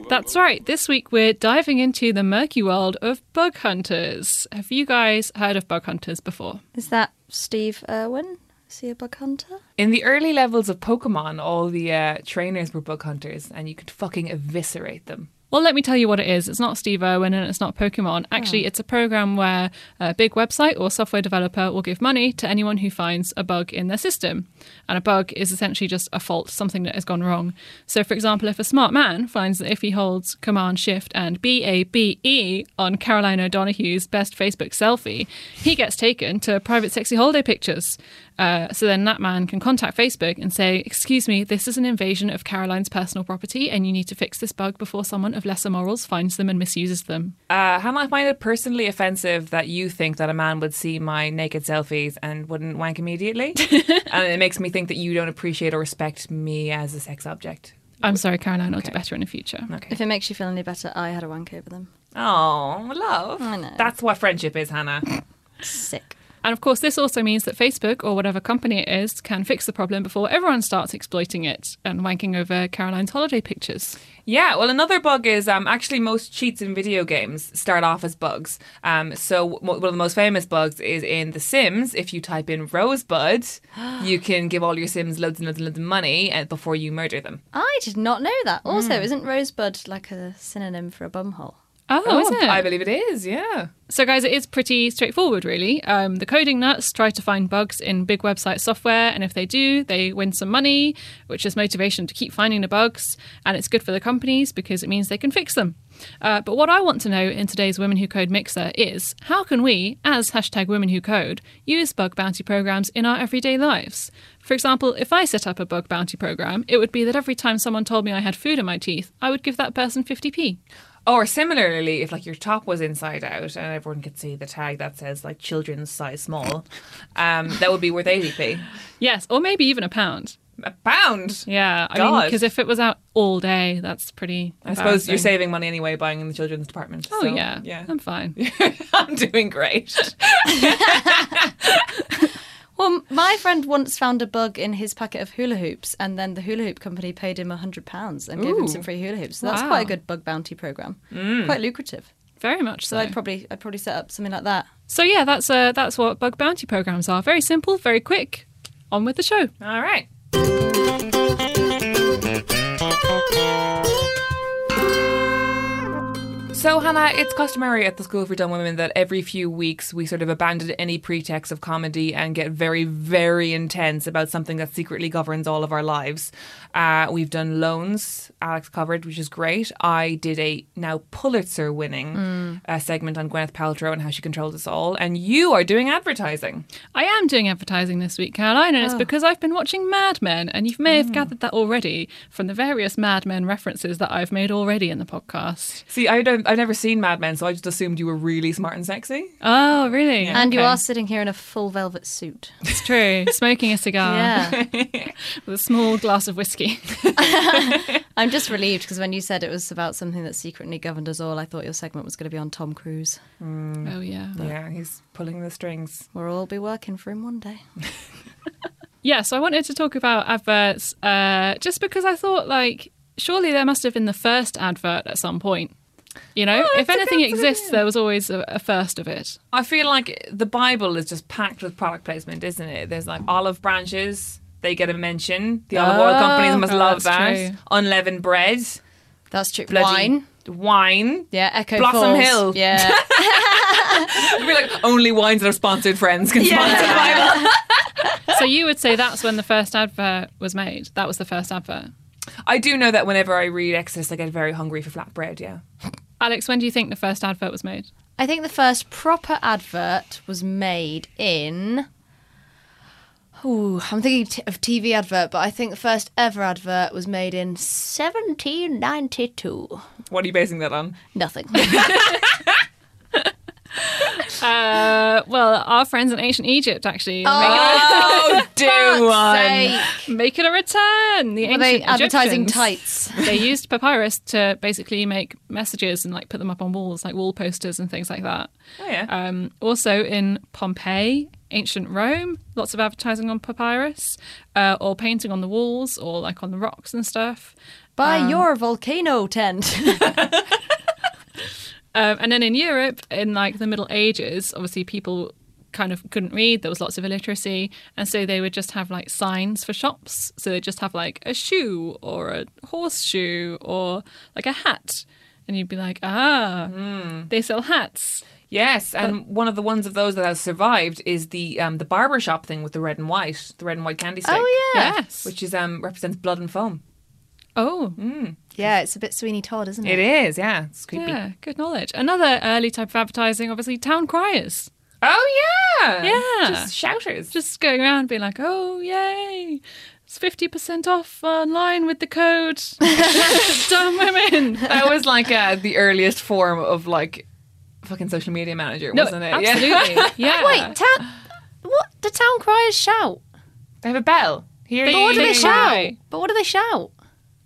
[SPEAKER 1] That's right. This week we're diving into the murky world of bug hunters. Have you guys heard of bug hunters before?
[SPEAKER 2] Is that Steve Irwin? Is he a bug hunter?
[SPEAKER 3] In the early levels of Pokemon, all the uh, trainers were bug hunters, and you could fucking eviscerate them.
[SPEAKER 1] Well, let me tell you what it is. It's not Steve Irwin and it's not Pokemon. Actually, it's a program where a big website or software developer will give money to anyone who finds a bug in their system. And a bug is essentially just a fault, something that has gone wrong. So, for example, if a smart man finds that if he holds Command Shift and B A B E on Caroline O'Donoghue's best Facebook selfie, he gets taken to private sexy holiday pictures. Uh, so then that man can contact Facebook and say, Excuse me, this is an invasion of Caroline's personal property, and you need to fix this bug before someone of lesser morals finds them and misuses them.
[SPEAKER 3] Uh, Hannah, I find it personally offensive that you think that a man would see my naked selfies and wouldn't wank immediately. and it makes me think that you don't appreciate or respect me as a sex object.
[SPEAKER 1] I'm sorry, Caroline, I'll do better in the future.
[SPEAKER 2] If it makes you feel any better, I had a wank over them.
[SPEAKER 3] Oh, love.
[SPEAKER 2] I know.
[SPEAKER 3] That's what friendship is, Hannah.
[SPEAKER 2] Sick.
[SPEAKER 1] And of course, this also means that Facebook or whatever company it is can fix the problem before everyone starts exploiting it and wanking over Caroline's holiday pictures.
[SPEAKER 3] Yeah, well, another bug is um, actually most cheats in video games start off as bugs. Um, so mo- one of the most famous bugs is in The Sims. If you type in Rosebud,
[SPEAKER 1] [GASPS]
[SPEAKER 3] you can give all your Sims loads and loads and loads of money uh, before you murder them. Hmm.
[SPEAKER 2] I did not know that. Also, isn't Rosebud like a synonym for a bumhole?
[SPEAKER 1] Oh, is it?
[SPEAKER 3] I believe it is. Yeah.
[SPEAKER 1] So, guys, it is pretty straightforward, really. Um, the coding nuts try to find bugs in big website software, and if they do, they win some money, which is motivation to keep finding the bugs, and it's good for the companies because it means they can fix them. Uh, but what I want to know in today's Women Who Code Mixer is how can we, as hashtag Women Who Code, use bug bounty programs in our everyday lives? For example, if I set up a bug bounty program, it would be that every time someone told me I had food in my teeth, I would give that person 50p.
[SPEAKER 3] Or similarly, if like your top was inside out and everyone could see the tag that says like children's size small, um, that would be worth eighty p.
[SPEAKER 1] Yes, or maybe even a pound.
[SPEAKER 3] A pound.
[SPEAKER 1] Yeah, I mean,
[SPEAKER 3] God.
[SPEAKER 1] because if it was out all day, that's pretty.
[SPEAKER 3] I suppose you're
[SPEAKER 1] embarrassing.
[SPEAKER 3] saving money anyway buying in the children's department.
[SPEAKER 1] Oh
[SPEAKER 3] so,
[SPEAKER 1] yeah,
[SPEAKER 3] yeah.
[SPEAKER 1] I'm fine.
[SPEAKER 3] [LAUGHS] I'm doing great.
[SPEAKER 2] Well, my friend once found a bug in his packet of hula hoops, and then the hula hoop company paid him £100 and gave him some free hula hoops. So that's
[SPEAKER 1] Wow.
[SPEAKER 2] quite a good bug bounty program. Quite lucrative.
[SPEAKER 1] Very much
[SPEAKER 2] So
[SPEAKER 1] so.
[SPEAKER 2] I'd probably I'd probably set up something like that.
[SPEAKER 1] So yeah, that's uh, that's what bug bounty programs are. Very simple, very quick. On with the show.
[SPEAKER 3] All right. So, Hannah, it's customary at the School for Dumb Women that every few weeks we sort of abandon any pretext of comedy and get very, very intense about something that secretly governs all of our lives. Uh, we've done loans, Alex covered, which is great. I did a now Pulitzer winning uh, segment on Gwyneth Paltrow and how she controls us all. And you are doing advertising.
[SPEAKER 1] I am doing advertising this week, Caroline, and it's
[SPEAKER 3] Ah.
[SPEAKER 1] because I've been watching Mad Men, and you may
[SPEAKER 3] Mm.
[SPEAKER 1] have gathered that already from the various Mad Men references that I've made already in the podcast.
[SPEAKER 3] See, I don't, I've never seen Mad Men, so I just assumed you were really smart and sexy. Uh,
[SPEAKER 1] Oh, really?
[SPEAKER 2] And you
[SPEAKER 1] Okay.
[SPEAKER 2] are sitting here in a full velvet suit.
[SPEAKER 1] It's true. Smoking a cigar
[SPEAKER 2] [LAUGHS] Yeah.
[SPEAKER 1] with a small glass of whiskey. [LAUGHS]
[SPEAKER 2] I'm just relieved because when you said it was about something that secretly governed us all, I thought your segment was going to be on Tom Cruise.
[SPEAKER 1] oh yeah.
[SPEAKER 3] Yeah, he's pulling the strings.
[SPEAKER 2] We'll all be working for him one day.
[SPEAKER 1] Yeah, so I wanted to talk about adverts uh, just because I thought, like, surely there must have been the first advert at some point. You know, if
[SPEAKER 3] that's a
[SPEAKER 1] anything
[SPEAKER 3] good- that's a good
[SPEAKER 1] exists, there was always a, a first of it.
[SPEAKER 3] I feel like the Bible is just packed with product placement, isn't it? There's like olive branches. They get a mention. The olive oil
[SPEAKER 1] Oh,
[SPEAKER 3] companies must
[SPEAKER 1] oh,
[SPEAKER 3] love
[SPEAKER 1] that's
[SPEAKER 3] that.
[SPEAKER 1] true.
[SPEAKER 3] Unleavened bread.
[SPEAKER 2] That's true.
[SPEAKER 3] bloody
[SPEAKER 2] Wine.
[SPEAKER 3] Wine.
[SPEAKER 2] Yeah, Echo
[SPEAKER 3] Blossom
[SPEAKER 2] Falls.
[SPEAKER 3] Hill.
[SPEAKER 2] Yeah.
[SPEAKER 3] [LAUGHS] We're like, only wines that are sponsored friends can sponsor the Bible.
[SPEAKER 1] so you would say that's when the first advert was made. That was the first advert.
[SPEAKER 3] I do know that whenever I read Exodus, I get very hungry for flatbread, yeah.
[SPEAKER 1] Alex, when do you think the first advert was made?
[SPEAKER 2] I think the first proper advert was made in. Ooh, I'm thinking t- of TV advert, but I think the first ever advert was made in 1792.
[SPEAKER 3] What are you basing that on?
[SPEAKER 2] [LAUGHS] Nothing.
[SPEAKER 1] Uh, well, our friends in ancient Egypt actually
[SPEAKER 2] [LAUGHS]
[SPEAKER 3] [LAUGHS] Oh, do one.
[SPEAKER 2] Say,
[SPEAKER 1] making making a return. The
[SPEAKER 2] were
[SPEAKER 1] ancient
[SPEAKER 2] they advertising
[SPEAKER 1] Egyptians.
[SPEAKER 2] tights?
[SPEAKER 1] they used papyrus to basically make messages and like put them up on walls, like wall posters and things like that.
[SPEAKER 3] Oh, yeah.
[SPEAKER 1] Um, also in Pompeii, ancient Rome, lots of advertising on papyrus, uh, or painting on the walls, or like on the rocks and stuff.
[SPEAKER 2] Buy your volcano tent. [LAUGHS]
[SPEAKER 1] Um, and then in Europe, in like the Middle Ages, obviously people kind of couldn't read. There was lots of illiteracy, and so they would just have like signs for shops. So they'd just have like a shoe or a horseshoe or like a hat, and you'd be like, ah, they sell hats.
[SPEAKER 3] Yes, and one of the ones of those that has survived is the um, the barber shop thing with the red and white, the red and white candy stick.
[SPEAKER 2] Oh, yeah.
[SPEAKER 1] Yes.
[SPEAKER 3] which is um represents blood and foam.
[SPEAKER 1] oh,
[SPEAKER 2] yeah, it's a bit Sweeney Todd, isn't
[SPEAKER 3] It
[SPEAKER 2] it?
[SPEAKER 3] is, yeah, it's creepy.
[SPEAKER 1] yeah, good knowledge. Another early type of advertising, obviously, town criers.
[SPEAKER 3] Oh yeah,
[SPEAKER 1] Yeah.
[SPEAKER 3] just shouters.
[SPEAKER 1] Just going around being like, oh, yay. It's 50% off online with the code [LAUGHS] Dumb Women.
[SPEAKER 3] [LAUGHS] that was like uh, the earliest form of like fucking social media manager, wasn't it?
[SPEAKER 1] Absolutely. Yeah.
[SPEAKER 3] [LAUGHS]
[SPEAKER 2] Wait, town. What? The town criers shout.
[SPEAKER 3] they have a bell. Here
[SPEAKER 1] They-
[SPEAKER 3] you
[SPEAKER 2] What do
[SPEAKER 3] go.
[SPEAKER 2] they
[SPEAKER 1] Bing.
[SPEAKER 2] shout? But what do they shout?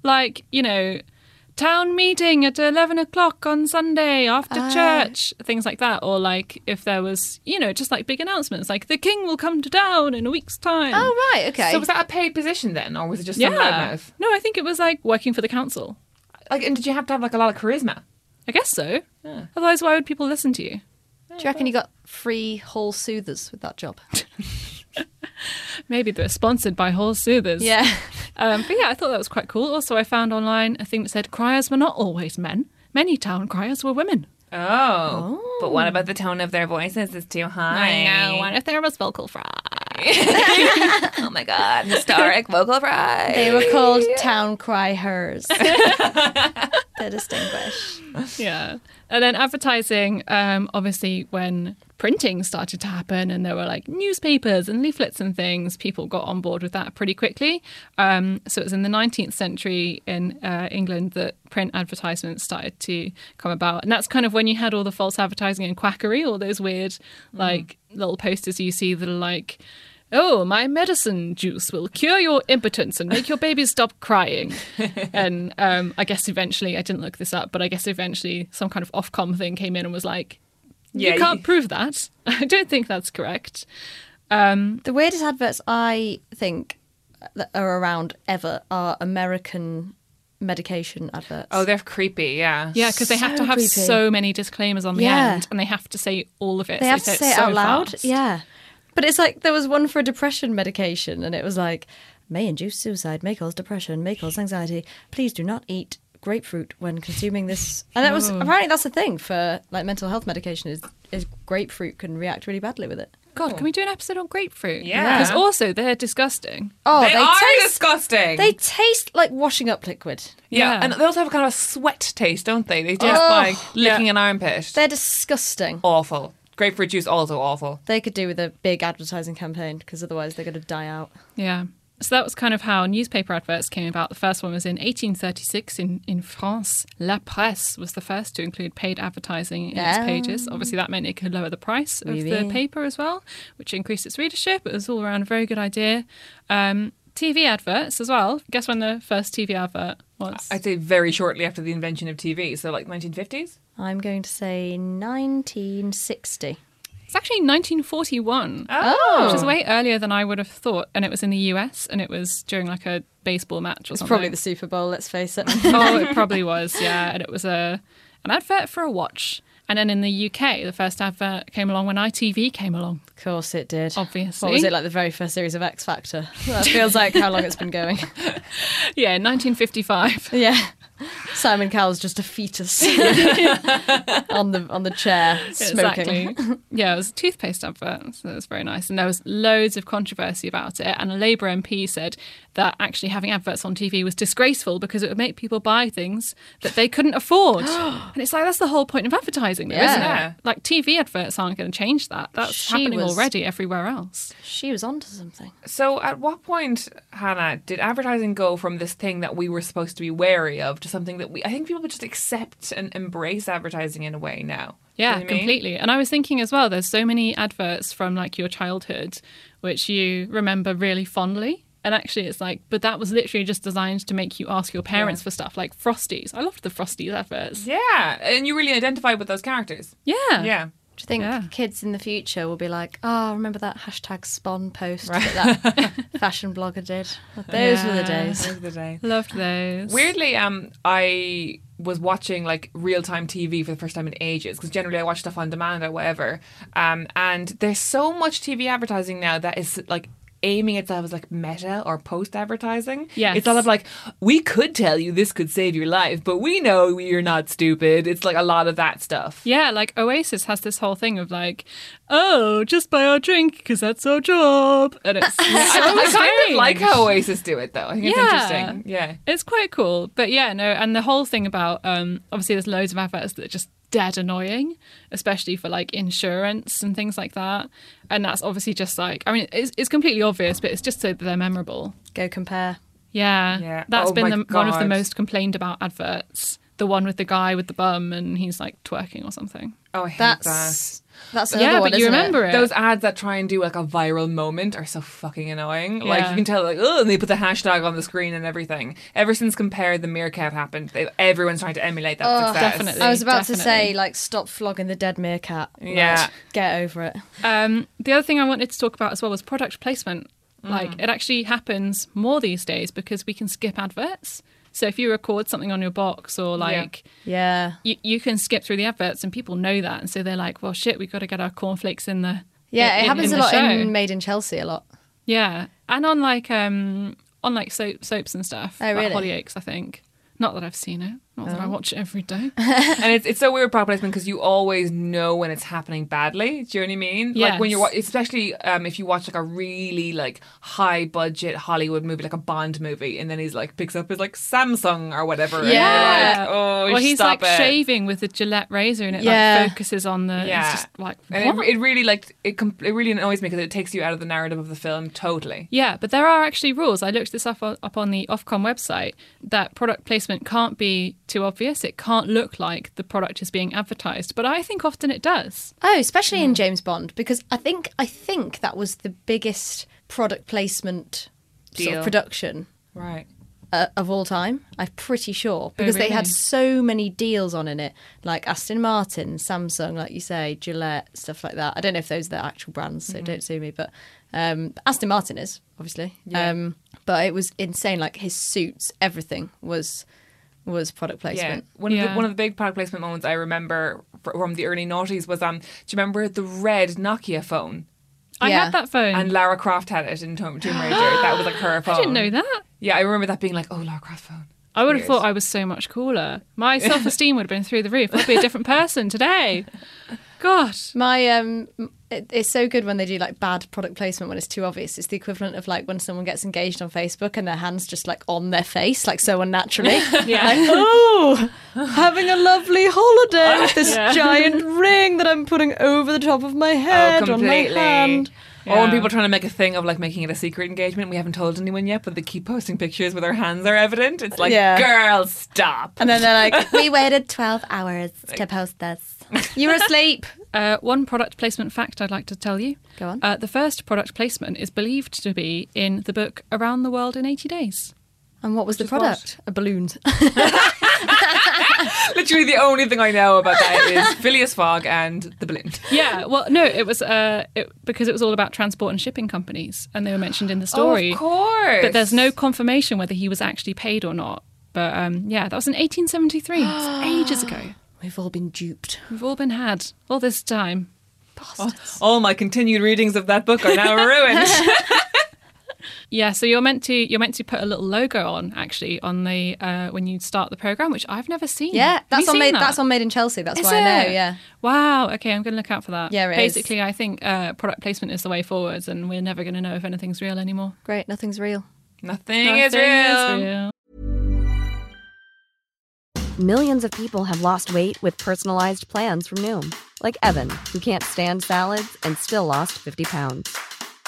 [SPEAKER 1] Like, you know, town meeting at 11 o'clock on Sunday after church, things like that. Or like if there was, you know, just like big announcements, like the king will come to town in a week's time.
[SPEAKER 2] Oh, right, okay.
[SPEAKER 3] So was that a paid position then, or was it just some
[SPEAKER 1] yeah.
[SPEAKER 3] loudmouth?
[SPEAKER 1] No, I think it was like working for the council.
[SPEAKER 3] Like, and did you have to have like a lot of charisma?
[SPEAKER 1] I guess so.
[SPEAKER 3] Yeah.
[SPEAKER 1] Otherwise, why would people listen to you?
[SPEAKER 2] Do you reckon you got free hall soothers with that job?
[SPEAKER 1] Maybe they're sponsored by Hall Soothers.
[SPEAKER 2] [LAUGHS] Yeah.
[SPEAKER 1] Um, but yeah, I thought that was quite cool. Also, I found online a thing that said criers were not always men. Many town criers were women.
[SPEAKER 3] Oh. But what about the tone of their voices is too high?
[SPEAKER 1] if there was vocal fry?
[SPEAKER 3] Oh my god, historic vocal fry.
[SPEAKER 2] They were called town cry hers. They're distinguished.
[SPEAKER 1] Yeah. And then advertising, um, obviously, when printing started to happen and there were like newspapers and leaflets and things, people got on board with that pretty quickly. Um, so it was in the 19th century in uh, England that print advertisements started to come about. And that's kind of when you had all the false advertising and quackery, all those weird, like, little posters you see that are like, Oh, my medicine juice will cure your impotence and make your baby stop
[SPEAKER 2] [LAUGHS]
[SPEAKER 1] crying. and um, I guess eventually, I didn't look this up, but I guess eventually some kind of Ofcom thing came in and was like,
[SPEAKER 3] Yeah,
[SPEAKER 1] you can't
[SPEAKER 3] you-
[SPEAKER 1] prove that. [LAUGHS] I don't think that's correct.
[SPEAKER 2] The weirdest adverts I think that are around ever are American medication adverts.
[SPEAKER 3] Oh, they're creepy, yeah.
[SPEAKER 1] Yeah, because they have to
[SPEAKER 2] So
[SPEAKER 1] have
[SPEAKER 2] creepy.
[SPEAKER 1] so many disclaimers on the
[SPEAKER 2] Yeah.
[SPEAKER 1] end and they have to say all of it.
[SPEAKER 2] they
[SPEAKER 1] so
[SPEAKER 2] have to
[SPEAKER 1] it's
[SPEAKER 2] say it
[SPEAKER 1] so
[SPEAKER 2] out loud.
[SPEAKER 1] fast.
[SPEAKER 2] Yeah. But it's like there was one for a depression medication and it was like may induce suicide, may cause depression, may cause anxiety. Please do not eat grapefruit when consuming this. And it was apparently that's the thing for like mental health medication is is grapefruit can react really badly with it.
[SPEAKER 1] God, can we do an episode on grapefruit?
[SPEAKER 3] Yeah.
[SPEAKER 1] Because also, they're disgusting.
[SPEAKER 2] Oh,
[SPEAKER 3] They, are
[SPEAKER 2] taste
[SPEAKER 3] disgusting.
[SPEAKER 2] they taste like washing up liquid.
[SPEAKER 3] yeah.
[SPEAKER 1] Yeah.
[SPEAKER 3] and they also have kind of a sweat taste, don't they? They taste like licking an armpit.
[SPEAKER 2] They're disgusting.
[SPEAKER 3] awful. Grapefruit juice also awful.
[SPEAKER 2] They could do with a big advertising campaign because otherwise they're going to die out.
[SPEAKER 1] Yeah. So that was kind of how newspaper adverts came about. The first one was in 1836 in, in France. La Presse was the first to include paid advertising in its pages.
[SPEAKER 2] Ah.
[SPEAKER 1] Obviously, that meant it could lower the price of the paper as well, which increased its readership. It was all around a very good idea. Um, TV adverts as well. Guess when the first TV advert was?
[SPEAKER 3] I'd say very shortly after the invention of TV, so like 1950s.
[SPEAKER 2] I'm going to say 1960.
[SPEAKER 1] It's actually 1941,
[SPEAKER 3] Oh.
[SPEAKER 1] which is way earlier than I would have thought. And it was in the US, and it was during like a baseball match or
[SPEAKER 2] It's
[SPEAKER 1] something.
[SPEAKER 2] probably the Super Bowl, let's face it. [LAUGHS]
[SPEAKER 1] oh, it probably was, yeah. And it was a an advert for a watch. And then in the UK, the first advert came along when ITV came along.
[SPEAKER 2] Of course it did.
[SPEAKER 1] Obviously.
[SPEAKER 2] What was it like the very first series of X Factor? That feels like how long it's been going.
[SPEAKER 1] [LAUGHS] [LAUGHS] Yeah, in 1955.
[SPEAKER 2] Yeah. Simon Cowell's just
[SPEAKER 1] [LAUGHS]
[SPEAKER 2] a fetus [LAUGHS] on the on the chair smoking.
[SPEAKER 1] Exactly.
[SPEAKER 2] [LAUGHS]
[SPEAKER 1] Yeah, it was a toothpaste advert, so it was very nice. And there was loads of controversy about it. And a Labour MP said that actually having adverts on TV was disgraceful because it would make people buy things that they couldn't
[SPEAKER 2] [GASPS]
[SPEAKER 1] afford. and it's like, that's the whole point of advertising, though, isn't it?
[SPEAKER 3] Yeah.
[SPEAKER 1] Like, TV adverts aren't going to change that. That's
[SPEAKER 2] She
[SPEAKER 1] happening
[SPEAKER 2] was-
[SPEAKER 1] already everywhere else.
[SPEAKER 2] She was onto something.
[SPEAKER 3] So, at what point, Hannah, did advertising go from this thing that we were supposed to be wary of to something that we, I think people would just accept and embrace advertising in a way now? Do you
[SPEAKER 1] Yeah,
[SPEAKER 3] know what I mean?
[SPEAKER 1] completely. And I was thinking as well, there's so many adverts from like your childhood which you remember really fondly. And actually, it's like, but that was literally just designed to make you ask your parents for stuff like Frosties. I loved the Frosties adverts.
[SPEAKER 3] Yeah, and you really identified with those characters.
[SPEAKER 1] Yeah.
[SPEAKER 3] Yeah.
[SPEAKER 2] Do you think
[SPEAKER 1] Yeah.
[SPEAKER 2] kids in the future will be like, oh, remember that hashtag spawn post that that
[SPEAKER 1] [LAUGHS]
[SPEAKER 2] fashion blogger did? Those were the
[SPEAKER 1] Yeah.
[SPEAKER 2] days.
[SPEAKER 3] Over the day.
[SPEAKER 1] Loved those.
[SPEAKER 3] Weirdly, um, I was watching like real time TV for the first time in ages because generally I watch stuff on demand or whatever. Um, and there's so much TV advertising now that is like aiming itself as like meta or post advertising.
[SPEAKER 1] Yes.
[SPEAKER 3] it's all of like we could tell you this could save your life, but we know you're not stupid. It's like a lot of that stuff.
[SPEAKER 1] Yeah, like Oasis has this whole thing of like, oh, just buy our drink because that's our job. And
[SPEAKER 3] [LAUGHS]
[SPEAKER 1] it's so [LAUGHS]
[SPEAKER 3] I, I kind of
[SPEAKER 1] strange.
[SPEAKER 3] like how Oasis do it though. I think it's
[SPEAKER 1] Yeah.
[SPEAKER 3] interesting. Yeah.
[SPEAKER 1] It's quite cool. But yeah, no, and the whole thing about um obviously there's loads of adverts that are just dead annoying, especially for like insurance and things like that. And that's obviously just like I mean, it's, it's completely obvious, but it's just so that they're memorable.
[SPEAKER 2] Go compare.
[SPEAKER 1] Yeah.
[SPEAKER 3] Yeah.
[SPEAKER 1] that's
[SPEAKER 3] Oh
[SPEAKER 1] been
[SPEAKER 3] my
[SPEAKER 1] the, one of the
[SPEAKER 3] God.
[SPEAKER 1] most complained about adverts. The one with the guy with the bum and he's like twerking or something.
[SPEAKER 3] Oh, I hate that.
[SPEAKER 2] That's that's another
[SPEAKER 1] yeah,
[SPEAKER 2] one,
[SPEAKER 1] but you
[SPEAKER 2] isn't
[SPEAKER 1] remember it.
[SPEAKER 3] Those ads that try and do like a viral moment are so fucking annoying. Like
[SPEAKER 1] Yeah.
[SPEAKER 3] you can tell, like oh, and they put the hashtag on the screen and everything. Ever since Compare the Meerkat happened, they, everyone's trying to emulate that success.
[SPEAKER 1] definitely.
[SPEAKER 2] I was about to
[SPEAKER 1] Definitely.
[SPEAKER 2] say, like, stop flogging the dead meerkat. Like,
[SPEAKER 3] Yeah.
[SPEAKER 2] get over it.
[SPEAKER 1] Um, the other thing I wanted to talk about as well was product placement. Like it actually happens more these days because we can skip adverts. So if you record something on your box or like
[SPEAKER 2] Yeah.
[SPEAKER 1] you, you can skip through the adverts and people know that, and so they're like, well, shit, we've got to get our cornflakes in the
[SPEAKER 2] Yeah,
[SPEAKER 1] in-
[SPEAKER 2] it happens
[SPEAKER 1] in
[SPEAKER 2] a
[SPEAKER 1] the
[SPEAKER 2] lot
[SPEAKER 1] show.
[SPEAKER 2] in Made in Chelsea a lot.
[SPEAKER 1] yeah, and on like um on like soap soaps and stuff.
[SPEAKER 2] Oh,
[SPEAKER 1] like
[SPEAKER 2] really?
[SPEAKER 1] Hollyoaks, I think. Not that I've seen it. Not that I watch it every day. Uh,
[SPEAKER 3] and it's, it's so weird product placement because you always know when it's happening badly. Do you know what I mean? Like when you're wa-
[SPEAKER 1] Yes.
[SPEAKER 3] especially um, if you watch like a really like high budget Hollywood movie, like a Bond movie, and then he's like picks up his like Samsung or whatever. and you're like, oh,
[SPEAKER 1] well, he's
[SPEAKER 3] stop
[SPEAKER 1] like
[SPEAKER 3] it.
[SPEAKER 1] shaving with the Gillette razor, and it
[SPEAKER 2] Yeah.
[SPEAKER 1] like focuses on the.
[SPEAKER 3] Yeah.
[SPEAKER 1] It's just like.
[SPEAKER 3] And
[SPEAKER 1] what?
[SPEAKER 3] it, it really like it com- it really annoys me because it takes you out of the narrative of the film totally.
[SPEAKER 1] Yeah, but there are actually rules. I looked this up on, up on the Ofcom website that product placement can't be too obvious. It can't look like the product is being advertised, but I think often it does.
[SPEAKER 2] Oh, especially in James Bond, because I think I think that was the biggest product placement sort
[SPEAKER 3] Deal.
[SPEAKER 2] of production
[SPEAKER 3] Right.
[SPEAKER 2] uh, of all time. I'm pretty sure because they had
[SPEAKER 1] Oh, really?
[SPEAKER 2] so many deals on in it, like Aston Martin, Samsung, like you say, Gillette, stuff like that. I don't know if those are their actual brands,
[SPEAKER 1] Mm-hmm.
[SPEAKER 2] so don't sue me. But um, Aston Martin is obviously. Um, but it was insane. Like his suits, everything was was product placement.
[SPEAKER 3] Yeah. One, Of
[SPEAKER 1] Yeah.
[SPEAKER 3] the, one of the big product placement moments I remember fr- from the early noughties was um, do you remember the red Nokia phone?
[SPEAKER 1] I
[SPEAKER 2] Yeah.
[SPEAKER 1] had that phone.
[SPEAKER 3] And Lara Croft had it in Tomb, Tomb
[SPEAKER 1] [GASPS]
[SPEAKER 3] Raider. that was like her phone.
[SPEAKER 1] Oh, I didn't know that.
[SPEAKER 3] Yeah, I remember that being like, oh, Lara Croft phone.
[SPEAKER 1] I would have
[SPEAKER 3] Weird.
[SPEAKER 1] thought I was so much cooler. My self esteem would have been through the roof. I'd be a different person today. God.
[SPEAKER 2] My um, it, it's so good when they do like bad product placement when it's too obvious. It's the equivalent of like when someone gets engaged on Facebook and their hands just like on their face, like so
[SPEAKER 1] [LAUGHS]
[SPEAKER 2] unnaturally. yeah. Like, oh, having a lovely
[SPEAKER 1] [LAUGHS]
[SPEAKER 2] holiday with this giant ring that I'm putting over the top of
[SPEAKER 1] Oh,
[SPEAKER 2] my
[SPEAKER 3] Oh,
[SPEAKER 2] head on my hand.
[SPEAKER 3] Or when
[SPEAKER 1] Yeah.
[SPEAKER 3] Oh, people are trying to make a thing of like making it a secret engagement, we haven't told anyone yet, but they keep posting pictures where their hands are evident. It's like,
[SPEAKER 2] Yeah.
[SPEAKER 3] girl, stop.
[SPEAKER 1] [LAUGHS]
[SPEAKER 2] And then they're like,
[SPEAKER 4] we waited 12 hours to post
[SPEAKER 2] [LAUGHS]
[SPEAKER 4] this.
[SPEAKER 2] "You were asleep."
[SPEAKER 1] Uh, one product placement fact I'd like to tell you.
[SPEAKER 2] Go on.
[SPEAKER 1] Uh, the first product placement is believed to be in the book Around the World in 80 Days.
[SPEAKER 2] And what was the
[SPEAKER 1] is what?
[SPEAKER 2] product? A balloon.
[SPEAKER 3] Literally, the only thing I know about that is [LAUGHS] Phileas Fogg and the balloon.
[SPEAKER 1] Yeah, well, no, it was uh, it, because it was all about transport and shipping companies, and they were mentioned in the story.
[SPEAKER 3] of course.
[SPEAKER 1] But there's no confirmation whether he was actually paid or not. But um, yeah, that was in 1873.
[SPEAKER 2] [GASPS]
[SPEAKER 1] It's ages ago.
[SPEAKER 2] We've all been duped.
[SPEAKER 1] We've all been had all this time.
[SPEAKER 3] All my continued readings of that book are now ruined.
[SPEAKER 1] [LAUGHS] Yeah, so you're meant to you're meant to put a little logo on actually on the uh, when you start the program, which I've never seen.
[SPEAKER 2] Yeah,
[SPEAKER 1] Have
[SPEAKER 2] that's
[SPEAKER 1] you
[SPEAKER 2] on
[SPEAKER 1] seen
[SPEAKER 2] made.
[SPEAKER 1] that?
[SPEAKER 2] That's on made in Chelsea. That's
[SPEAKER 1] Is
[SPEAKER 2] why I know.
[SPEAKER 1] it?
[SPEAKER 2] Yeah.
[SPEAKER 1] Wow. Okay, I'm going to look out for that.
[SPEAKER 2] Yeah, it is.
[SPEAKER 1] Basically, I think uh, product placement is the way forwards, and we're never going to know if anything's real anymore.
[SPEAKER 2] Great. Nothing's real.
[SPEAKER 3] Nothing, is
[SPEAKER 1] Nothing
[SPEAKER 3] real.
[SPEAKER 5] Millions of people have lost weight with personalized plans from Noom, like Evan, who can't stand salads and still lost 50 pounds.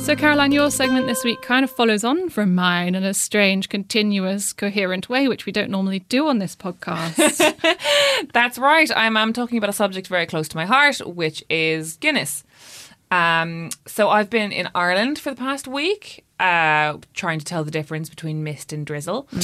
[SPEAKER 1] So, Caroline, your segment this week kind of follows on from mine in a strange, continuous, coherent way, which we don't normally do on this
[SPEAKER 3] [LAUGHS]
[SPEAKER 1] podcast.
[SPEAKER 3] That's right. I'm, i talking about a subject very close to my heart, which is Guinness. Um, so I've been in Ireland for the past week, uh, trying to tell the difference between mist and drizzle. [LAUGHS]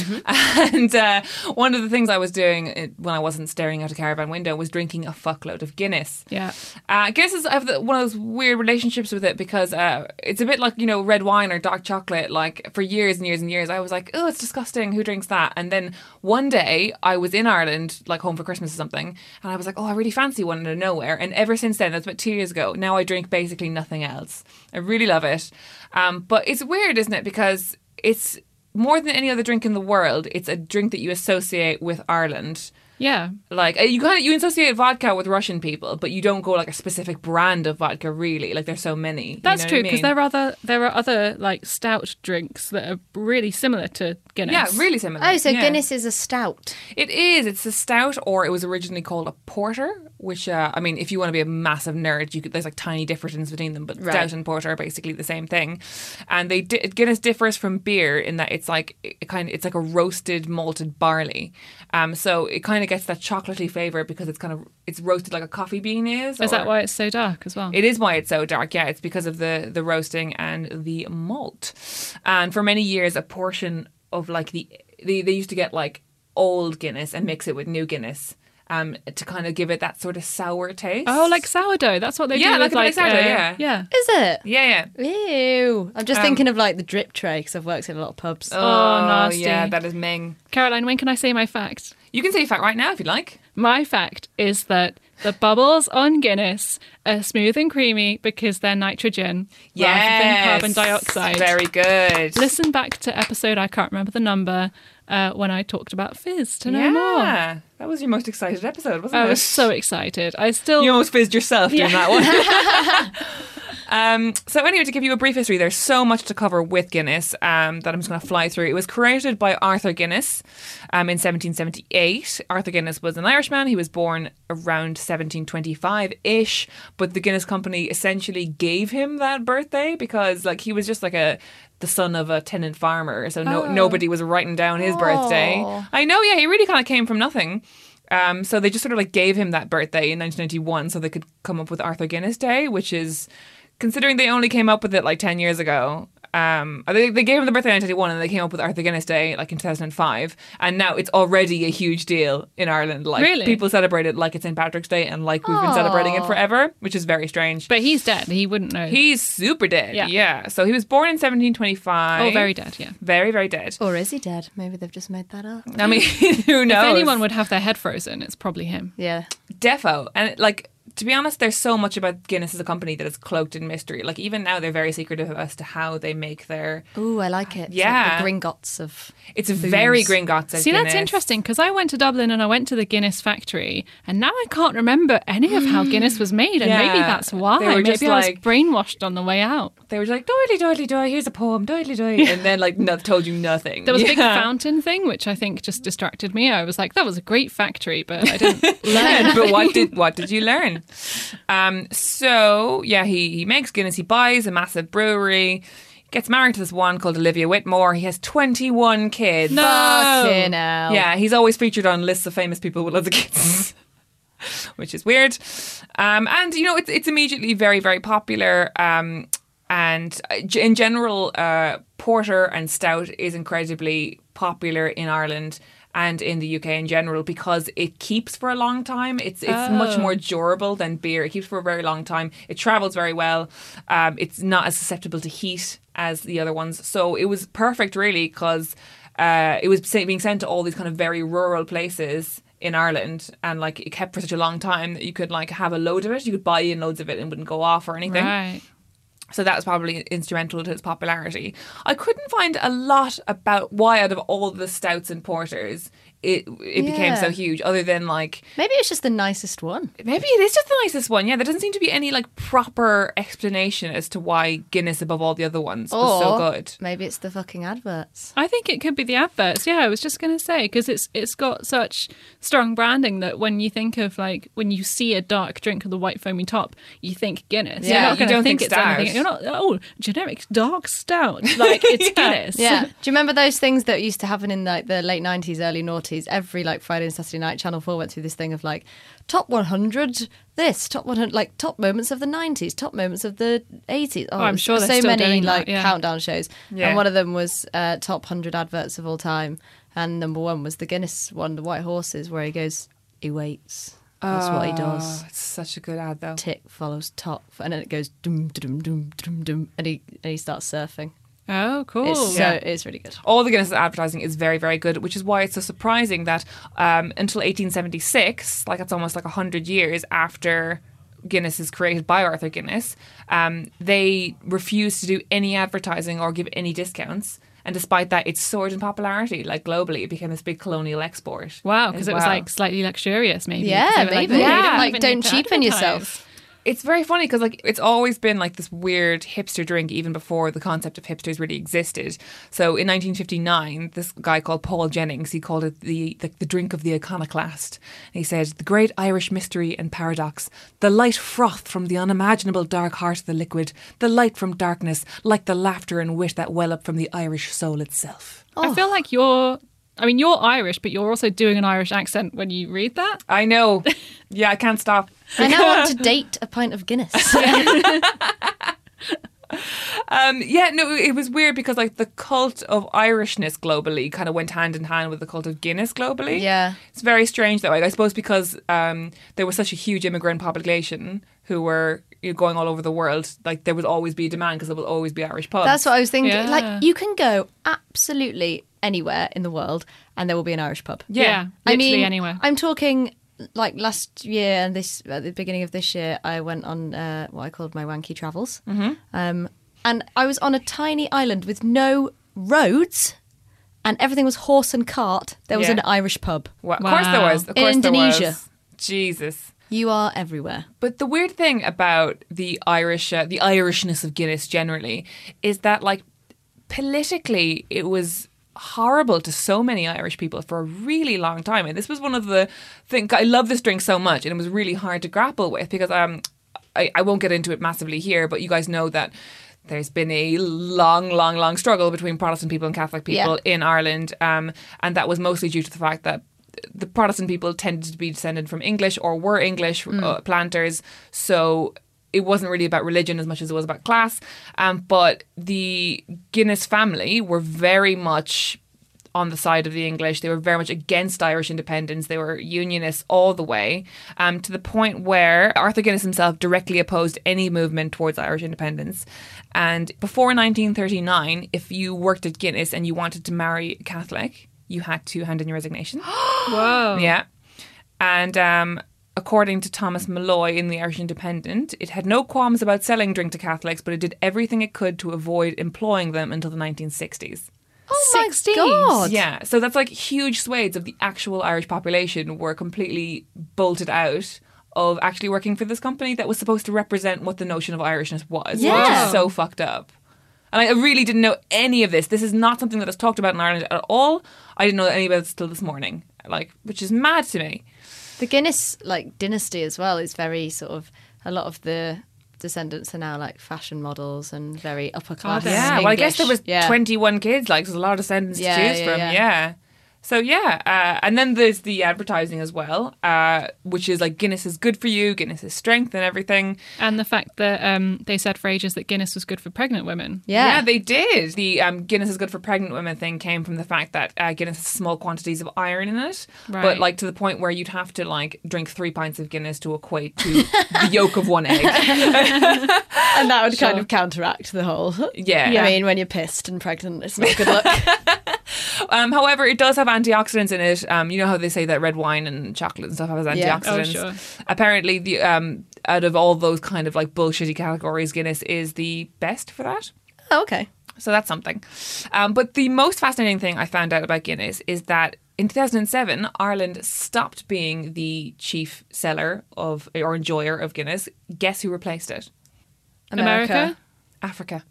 [SPEAKER 3] And uh, one of the things I was doing uh, when I wasn't staring out a caravan window was drinking a fuckload of Guinness.
[SPEAKER 1] yeah.
[SPEAKER 3] Uh, Guinness is I have the, one of those weird relationships with it because uh, it's a bit like you know red wine or dark chocolate. Like for years and years and years, I was like, oh, it's disgusting. Who drinks that? And then one day I was in Ireland, like home for Christmas or something, and I was like, oh, I really fancy one out of nowhere. And ever since then, that's about two years ago. Now I drink basically nothing else. I really love it, um, but it's weird, isn't it? Because it's more than any other drink in the world. It's a drink that you associate with Ireland.
[SPEAKER 1] Yeah.
[SPEAKER 3] Like uh, you kind of you associate vodka with Russian people, but you don't go like a specific brand of vodka really. Like there's so many. you
[SPEAKER 1] That's
[SPEAKER 3] know what I
[SPEAKER 1] true because
[SPEAKER 3] mean?
[SPEAKER 1] there are other there are other like stout drinks that are really similar to Guinness.
[SPEAKER 3] yeah really similar.
[SPEAKER 2] Oh, so
[SPEAKER 3] Yeah.
[SPEAKER 2] Guinness is a stout.
[SPEAKER 3] It is. It's a stout, or it was originally called a porter. Which uh, I mean, if you want to be a massive nerd, you could. There's like tiny differences between them, but stout and porter are basically the same thing. And they di- Guinness differs from beer in that it's like it kind of it's like a roasted malted barley. Um, so it kind of gets that chocolatey flavor because it's kind of it's roasted like a coffee bean is.
[SPEAKER 1] Is that
[SPEAKER 3] or-
[SPEAKER 1] why it's so dark as well?
[SPEAKER 3] It is why it's so dark. Yeah, it's because of the the roasting and the malt. And for many years, a portion of like the they, they used to get like old Guinness and mix it with new Guinness um, to kind of give it that sort of sour taste.
[SPEAKER 1] Oh, like sourdough. That's what they
[SPEAKER 3] Yeah,
[SPEAKER 1] do.
[SPEAKER 3] like
[SPEAKER 1] with, uh,
[SPEAKER 3] a bit of sourdough, yeah.
[SPEAKER 1] yeah.
[SPEAKER 2] Is it?
[SPEAKER 3] yeah, yeah.
[SPEAKER 2] Ew. I'm just thinking of like the drip tray because I've worked in a lot of pubs.
[SPEAKER 3] Um, oh
[SPEAKER 1] nasty.
[SPEAKER 3] Yeah, that is Ming.
[SPEAKER 1] Caroline, when can I say my fact?
[SPEAKER 3] You can say fact right now if you like.
[SPEAKER 1] My fact is that the bubbles on Guinness are smooth and creamy because they're nitrogen rather than carbon
[SPEAKER 3] Yes.
[SPEAKER 1] dioxide.
[SPEAKER 3] Very good.
[SPEAKER 1] Listen back to episode I can't remember the number uh, when I talked about fizz to know more.
[SPEAKER 3] yeah, that was your most excited episode, wasn't
[SPEAKER 1] I
[SPEAKER 3] it?
[SPEAKER 1] was so excited. I still
[SPEAKER 3] You almost fizzed yourself
[SPEAKER 1] [LAUGHS]
[SPEAKER 3] doing that one. um, so anyway, to give you a brief history, there's so much to cover with Guinness um, that I'm just going to fly through. It was created by Arthur Guinness um, in 1778. Arthur Guinness was an Irishman. He was born around 1725-ish, but the Guinness Company essentially gave him that birthday because, like, he was just like a the son of a tenant farmer, so no, nobody was writing down his birthday. I know, yeah, he really kind of came from nothing. Um, so they just sort of like gave him that birthday in 1991 so they could come up with Arthur Guinness Day, which is considering they only came up with it like 10 years ago. Um, they, they gave him the birthday in 1991 and they came up with Arthur Guinness Day like in 2005. And now it's already a huge deal in Ireland. Like
[SPEAKER 1] Really?
[SPEAKER 3] people celebrate it like it's St. Patrick's Day and like we've been celebrating it forever, which is very strange.
[SPEAKER 1] but he's dead. He wouldn't know.
[SPEAKER 3] he's super dead.
[SPEAKER 1] Yeah.
[SPEAKER 3] Yeah. So he was born in 1725.
[SPEAKER 1] oh, very dead, yeah.
[SPEAKER 3] Very, very dead.
[SPEAKER 2] or is he dead? Maybe they've just made that up.
[SPEAKER 3] I mean, [LAUGHS] who knows?
[SPEAKER 1] If anyone would have their head frozen, it's probably him.
[SPEAKER 2] Yeah.
[SPEAKER 3] Defo. And like to be honest, there's so much about Guinness as a company that is cloaked in mystery. Like even now they're very secretive as to how they make their
[SPEAKER 2] Ooh, I like it. It's like
[SPEAKER 3] Yeah.
[SPEAKER 2] the Gringotts of.
[SPEAKER 3] it's very Gringotts.
[SPEAKER 1] See, that's interesting because I went to Dublin and I went to the Guinness factory, and now I can't remember any of how Guinness was made, and maybe
[SPEAKER 3] Yeah.
[SPEAKER 1] that's why.
[SPEAKER 3] They were
[SPEAKER 1] Maybe
[SPEAKER 3] just
[SPEAKER 1] I was
[SPEAKER 3] like-
[SPEAKER 1] brainwashed on the way out.
[SPEAKER 3] They were just like doidly doidly doy, here's a poem, doidly doy and then like no, told you nothing.
[SPEAKER 1] There was a big
[SPEAKER 3] Yeah.
[SPEAKER 1] fountain thing, which I think just distracted me. I was like, that was a great factory, but I didn't
[SPEAKER 3] [LAUGHS] [LAUGHS] learn. but what [LAUGHS] did what did you learn? Um, so yeah, he he makes Guinness. He buys a massive brewery. Gets married to this one called Olivia Whitmore. He has twenty one kids. No,
[SPEAKER 2] Fucking hell.
[SPEAKER 3] yeah, he's always featured on lists of famous people with lots of [LAUGHS] kids. [LAUGHS] Which is weird, um, and you know it's it's immediately very very popular. Um, and uh, g- in general, uh, porter and stout is incredibly popular in Ireland and in the UK in general because it keeps for a long time. It's it's much more durable than beer. It keeps for a very long time. It travels very well. Um, it's not as susceptible to heat as the other ones. So it was perfect, really, because uh, it was se- being sent to all these kind of very rural places in Ireland, and like it kept for such a long time that you could like have a load of it. You could buy in loads of it and it wouldn't go off or anything.
[SPEAKER 1] Right.
[SPEAKER 3] So that was probably instrumental to its popularity. I couldn't find a lot about why, out of all the stouts and porters, it it became
[SPEAKER 2] Yeah.
[SPEAKER 3] so huge. Other than like
[SPEAKER 2] Maybe it's just the nicest one.
[SPEAKER 3] maybe it is just the nicest one. Yeah, there doesn't seem to be any like proper explanation as to why Guinness above all the other ones was so good.
[SPEAKER 2] Maybe it's the fucking adverts.
[SPEAKER 1] I think it could be the adverts. Yeah, I was just going to say because it's it's got such strong branding that when you think of like when you see a dark drink with a white foamy top, you think Guinness.
[SPEAKER 3] Yeah,
[SPEAKER 1] you're not
[SPEAKER 3] you
[SPEAKER 1] gonna
[SPEAKER 3] don't
[SPEAKER 1] think,
[SPEAKER 3] think
[SPEAKER 1] it's anything.
[SPEAKER 3] stout.
[SPEAKER 1] You're not oh generic dark
[SPEAKER 3] [LAUGHS]
[SPEAKER 1] stout like it's Guinness.
[SPEAKER 2] Yeah. [LAUGHS] Do you remember those things that used to happen in like the late nineties, early noughties? Every like Friday and Saturday night, Channel Four went through this thing of like top one hundred this, top one hundred like top moments of the nineties, top moments of the eighties. Oh,
[SPEAKER 1] I'm
[SPEAKER 2] there's
[SPEAKER 1] sure they're
[SPEAKER 2] so
[SPEAKER 1] still
[SPEAKER 2] many
[SPEAKER 1] doing that,
[SPEAKER 2] like
[SPEAKER 1] yeah.
[SPEAKER 2] countdown shows.
[SPEAKER 3] Yeah.
[SPEAKER 2] And one of them was uh, top hundred adverts of all time. And number one was the Guinness one, the White Horses, where he goes, He waits. That's what he
[SPEAKER 1] Ah.
[SPEAKER 2] does.
[SPEAKER 3] Oh, it's such a good ad though.
[SPEAKER 2] tick follows top, and then it goes dum dum dum dum dum, and he and he starts surfing.
[SPEAKER 1] Oh, cool.
[SPEAKER 2] It's so
[SPEAKER 3] Yeah.
[SPEAKER 2] it's really good.
[SPEAKER 3] All the Guinness advertising is very, very good, which is why it's so surprising that um, until 1876, like it's almost like 100 years after Guinness is created by Arthur Guinness, um, they refused to do any advertising or give any discounts. And despite that, it soared in popularity, like globally. It became this big colonial export.
[SPEAKER 1] Wow,
[SPEAKER 3] as
[SPEAKER 1] because it was
[SPEAKER 3] well.
[SPEAKER 1] like slightly luxurious, maybe.
[SPEAKER 2] Yeah,
[SPEAKER 1] 'cause they were like,
[SPEAKER 2] maybe.
[SPEAKER 1] "Oh, you
[SPEAKER 2] Yeah.
[SPEAKER 1] didn't
[SPEAKER 2] Like,
[SPEAKER 1] even
[SPEAKER 2] don't
[SPEAKER 1] need to
[SPEAKER 2] cheapen
[SPEAKER 1] advertise."
[SPEAKER 2] yourself.
[SPEAKER 3] It's very funny because like it's always been like this weird hipster drink even before the concept of hipsters really existed. So in 1959, this guy called Paul Jennings, he called it the the, the drink of the iconoclast. And he said, "The great Irish mystery and paradox, the light froth from the unimaginable dark heart of the liquid, the light from darkness, like the laughter and wit that well up from the Irish soul itself."
[SPEAKER 1] I
[SPEAKER 2] Oh.
[SPEAKER 1] feel like you're. I mean, you're Irish, but you're also doing an Irish accent when you read that.
[SPEAKER 3] I [LAUGHS] know. Yeah, I can't stop.
[SPEAKER 1] [LAUGHS]
[SPEAKER 2] I now want to date a pint of Guinness.
[SPEAKER 3] Um, yeah, no, it was weird because like the cult of Irishness globally kind of went hand in hand with the cult of Guinness globally.
[SPEAKER 2] Yeah.
[SPEAKER 3] it's very strange that way. I suppose because um, there was such a huge immigrant population who were you know, going all over the world. Like there would always be demand because there will always be Irish
[SPEAKER 2] [LAUGHS]
[SPEAKER 3] pubs.
[SPEAKER 2] That's what I was thinking.
[SPEAKER 1] Yeah.
[SPEAKER 2] Like you can go absolutely anywhere in the world, and there will be an Irish pub.
[SPEAKER 1] Yeah,
[SPEAKER 2] I
[SPEAKER 1] literally
[SPEAKER 2] mean
[SPEAKER 1] anywhere.
[SPEAKER 2] I'm talking like last year and this at the beginning of this year, I went on uh, what I called my wanky travels, mm-hmm. um, and I was on a tiny island with no roads, and everything was horse and cart. There was
[SPEAKER 3] Yeah.
[SPEAKER 2] an Irish pub.
[SPEAKER 3] Well, Of course there
[SPEAKER 1] Wow.
[SPEAKER 3] was. Of
[SPEAKER 2] In
[SPEAKER 3] course there
[SPEAKER 2] Indonesia.
[SPEAKER 3] was. Jesus.
[SPEAKER 2] You are everywhere.
[SPEAKER 3] But the weird thing about the Irish, uh, the Irishness of Guinness generally, is that like politically, it was horrible to so many Irish people for a really long time, and this was one of the things I love this drink so much, and it was really hard to grapple with because um, I, I won't get into it massively here, but you guys know that. There's been a long, long, long struggle between Protestant people and Catholic people in Ireland, um, and that was mostly due to the fact that the Protestant people tended to be descended from English or were English uh, planters, so it wasn't really about religion as much as it was about class. Um, but the Guinness family were very much on the side of the English. They were very much against Irish independence. They were unionists all the way, um, to the point where Arthur Guinness himself directly opposed any movement towards Irish independence. And before 1939, if you worked at Guinness and you wanted to marry a Catholic, you had to hand in your resignation. [GASPS]
[SPEAKER 1] Whoa.
[SPEAKER 3] Yeah. And um, according to Thomas Malloy in the Irish Independent, it had no qualms about selling drink to Catholics, but it did everything it could to avoid employing them until the 1960s.
[SPEAKER 2] Oh my god!
[SPEAKER 3] Yeah, so that's like huge swathes of the actual Irish population were completely bolted out of actually working for this company that was supposed to represent what the notion of Irishness was. Which
[SPEAKER 2] Yeah.
[SPEAKER 3] is so fucked up. And I really didn't know any of this. This is not something that is talked about in Ireland at all. I didn't know any about this till this morning, like, which is mad to me.
[SPEAKER 2] The Guinness like dynasty as well is very sort of a lot of the descendants are now like fashion models and very upper class.
[SPEAKER 1] they?
[SPEAKER 3] Yeah,
[SPEAKER 2] English.
[SPEAKER 3] well, I guess there was
[SPEAKER 2] Oh, Yeah.
[SPEAKER 3] 21 kids. Like, there's a lot of descendants
[SPEAKER 2] Yeah,
[SPEAKER 3] to choose
[SPEAKER 2] yeah,
[SPEAKER 3] from. Yeah.
[SPEAKER 2] yeah.
[SPEAKER 3] So yeah, uh, and then there's the advertising as well, uh, which is like Guinness is good for you, Guinness is strength and everything.
[SPEAKER 1] And the fact that um, they said for ages that Guinness was good for pregnant women.
[SPEAKER 2] Yeah.
[SPEAKER 3] they did. The um, Guinness is good for pregnant women thing came from the fact that uh, Guinness has small quantities of iron in it,
[SPEAKER 1] Right.
[SPEAKER 3] but like to the point where you'd have to like drink three pints of Guinness to equate to the yolk of
[SPEAKER 2] [LAUGHS]
[SPEAKER 3] one egg.
[SPEAKER 2] and that would kind of counteract the whole. [LAUGHS]
[SPEAKER 3] Yeah.
[SPEAKER 2] I mean, when you're pissed and pregnant, it's not good luck.
[SPEAKER 3] Um, however, it does have antioxidants in it. Um, you know how they say that red wine and chocolate and stuff has
[SPEAKER 2] Yeah.
[SPEAKER 3] antioxidants.
[SPEAKER 1] Oh, sure.
[SPEAKER 3] Apparently, the um, out of all those kind of like bullshitty categories, Guinness is the best for that.
[SPEAKER 2] [LAUGHS] oh, okay.
[SPEAKER 3] So that's something. Um, but the most fascinating thing I found out about Guinness is that in 2007, Ireland stopped being the chief seller of or enjoyer of Guinness. Guess who replaced it?
[SPEAKER 1] America?
[SPEAKER 3] Africa.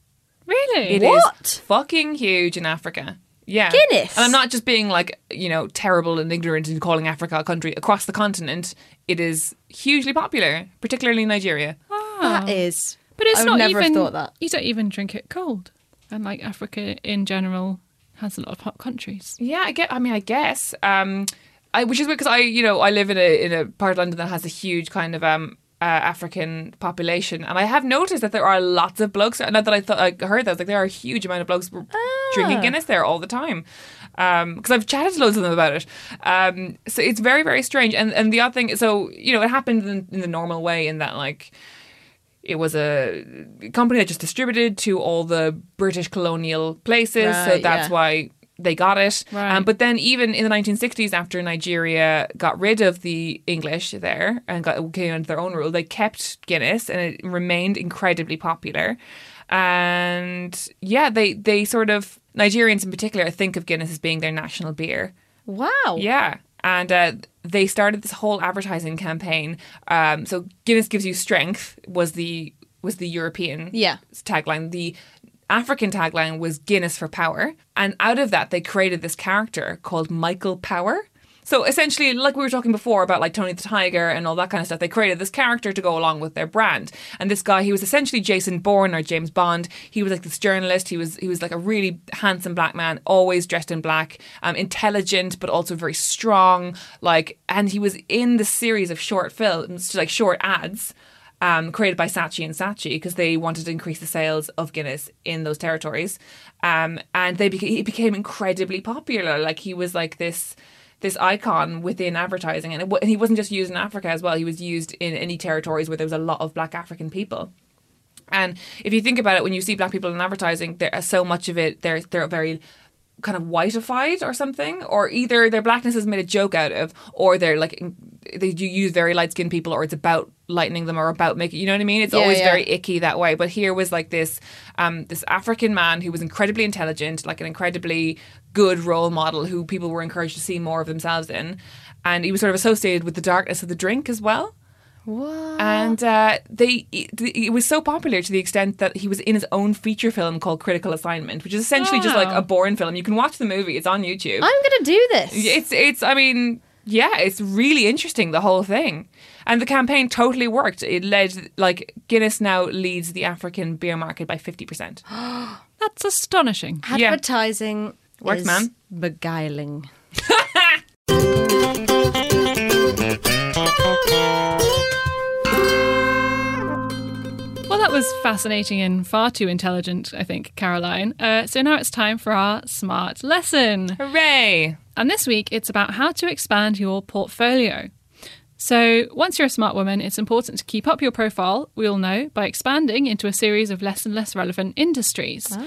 [SPEAKER 1] Really?
[SPEAKER 3] It is
[SPEAKER 2] What?
[SPEAKER 3] fucking huge in Africa. Yeah.
[SPEAKER 2] Guinness.
[SPEAKER 3] And I'm not just being like, you know, terrible and ignorant and calling Africa a country. Across the continent, it is hugely popular, particularly in Nigeria.
[SPEAKER 2] That is.
[SPEAKER 1] But it's
[SPEAKER 2] I would
[SPEAKER 1] not
[SPEAKER 2] never have
[SPEAKER 1] even.
[SPEAKER 2] thought that.
[SPEAKER 1] You don't even drink it cold. And like Africa in general has a lot of hot countries.
[SPEAKER 3] Yeah, I get I mean, I guess. Um I, which is because I, you know, I live in a in a part of London that has a huge kind of um uh, African population, and I have noticed that there are lots of blokes. Now that I thought I heard that, I was like there are a huge amount of blokes drinking Guinness there all the time, because I've chatted to loads of them about it. Um, so it's very very strange. And and the odd thing, so you know, it happened in, in the normal way in that like it was a company that just distributed to all the British colonial places, so
[SPEAKER 2] Right,
[SPEAKER 3] that's
[SPEAKER 2] yeah.
[SPEAKER 3] why they got it.
[SPEAKER 1] Right.
[SPEAKER 3] Um, but then, even in the 1960s, after Nigeria got rid of the English there and got came under their own rule, they kept Guinness, and it remained incredibly popular. And yeah, they they sort of Nigerians in particular think of Guinness as being their national beer.
[SPEAKER 2] Wow.
[SPEAKER 3] Yeah. And uh, they started this whole advertising campaign. Um, so Guinness gives you strength was the was the European
[SPEAKER 2] Yeah.
[SPEAKER 3] Mm-hmm. tagline. The African tagline was Guinness for power. And out of that, they created this character called Michael Power. So essentially, like we were talking before about like Tony the Tiger and all that kind of stuff, they created this character to go along with their brand. And this guy, he was essentially Jason Bourne or James Bond. He was like this journalist. He was he was like a really handsome black man, always dressed in black, um, intelligent but also very strong. Like, and he was in the series of short films, like short ads. um, created by Saatchi and Saatchi because they wanted to increase the sales of Guinness in those territories. Um, and they beca- he became incredibly popular. Like he was like this this icon within advertising, and, it, wa- and he wasn't just used in Africa as well. He was used in any territories where there was a lot of Black African people. And if you think about it, when you see black people in advertising, there so much of it they're they're very kind of whiteified or something, or either their blackness is made a joke out of, or they're like in- they you use very light skinned people, or it's about lightening them, or about making you know what I mean. It's
[SPEAKER 2] Yeah,
[SPEAKER 3] always
[SPEAKER 2] yeah.
[SPEAKER 3] very icky that way. But here was like this um, this African man who was incredibly intelligent, like an incredibly good role model who people were encouraged to see more of themselves in, and he was sort of associated with the darkness of the drink as well and uh, they it, it was so popular to the extent that he was in his own feature film called Critical Assignment, which is essentially just like
[SPEAKER 1] Wow.
[SPEAKER 3] a Bourne film. You can watch the movie; it's on YouTube.
[SPEAKER 2] I'm going to do this.
[SPEAKER 3] it's it's I mean, yeah, it's really interesting the whole thing, and the campaign totally worked. It led like Guinness now leads the African beer market by fifty percent.
[SPEAKER 1] That's astonishing.
[SPEAKER 2] Advertising
[SPEAKER 3] Works,
[SPEAKER 2] is
[SPEAKER 3] man.
[SPEAKER 2] beguiling.
[SPEAKER 1] Well, that was fascinating and far too intelligent, I think, Caroline. Uh, so now it's time for our smart lesson.
[SPEAKER 3] Hooray!
[SPEAKER 1] And this week, it's about how to expand your portfolio. So, once you're a smart woman, it's important to keep up your profile, we all know, by expanding into a series of less and less relevant industries.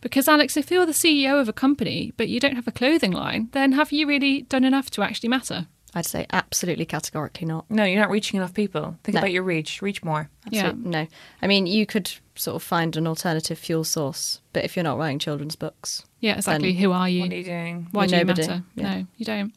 [SPEAKER 1] Because, Alex, if you're the CEO of a company but you don't have a clothing line, then have you really done enough to actually matter?
[SPEAKER 2] I'd say absolutely categorically not.
[SPEAKER 3] No, you're not reaching enough people. Think
[SPEAKER 2] No.
[SPEAKER 3] about your reach. Reach more.
[SPEAKER 1] Yeah.
[SPEAKER 2] So, no. I mean, you could sort of find an alternative fuel source, but if you're not writing children's books,
[SPEAKER 1] Yeah, exactly. Who are you?
[SPEAKER 3] What are you doing?
[SPEAKER 1] Why do
[SPEAKER 2] You're
[SPEAKER 1] you
[SPEAKER 2] nobody.
[SPEAKER 1] matter?
[SPEAKER 2] Yeah.
[SPEAKER 1] No, you don't.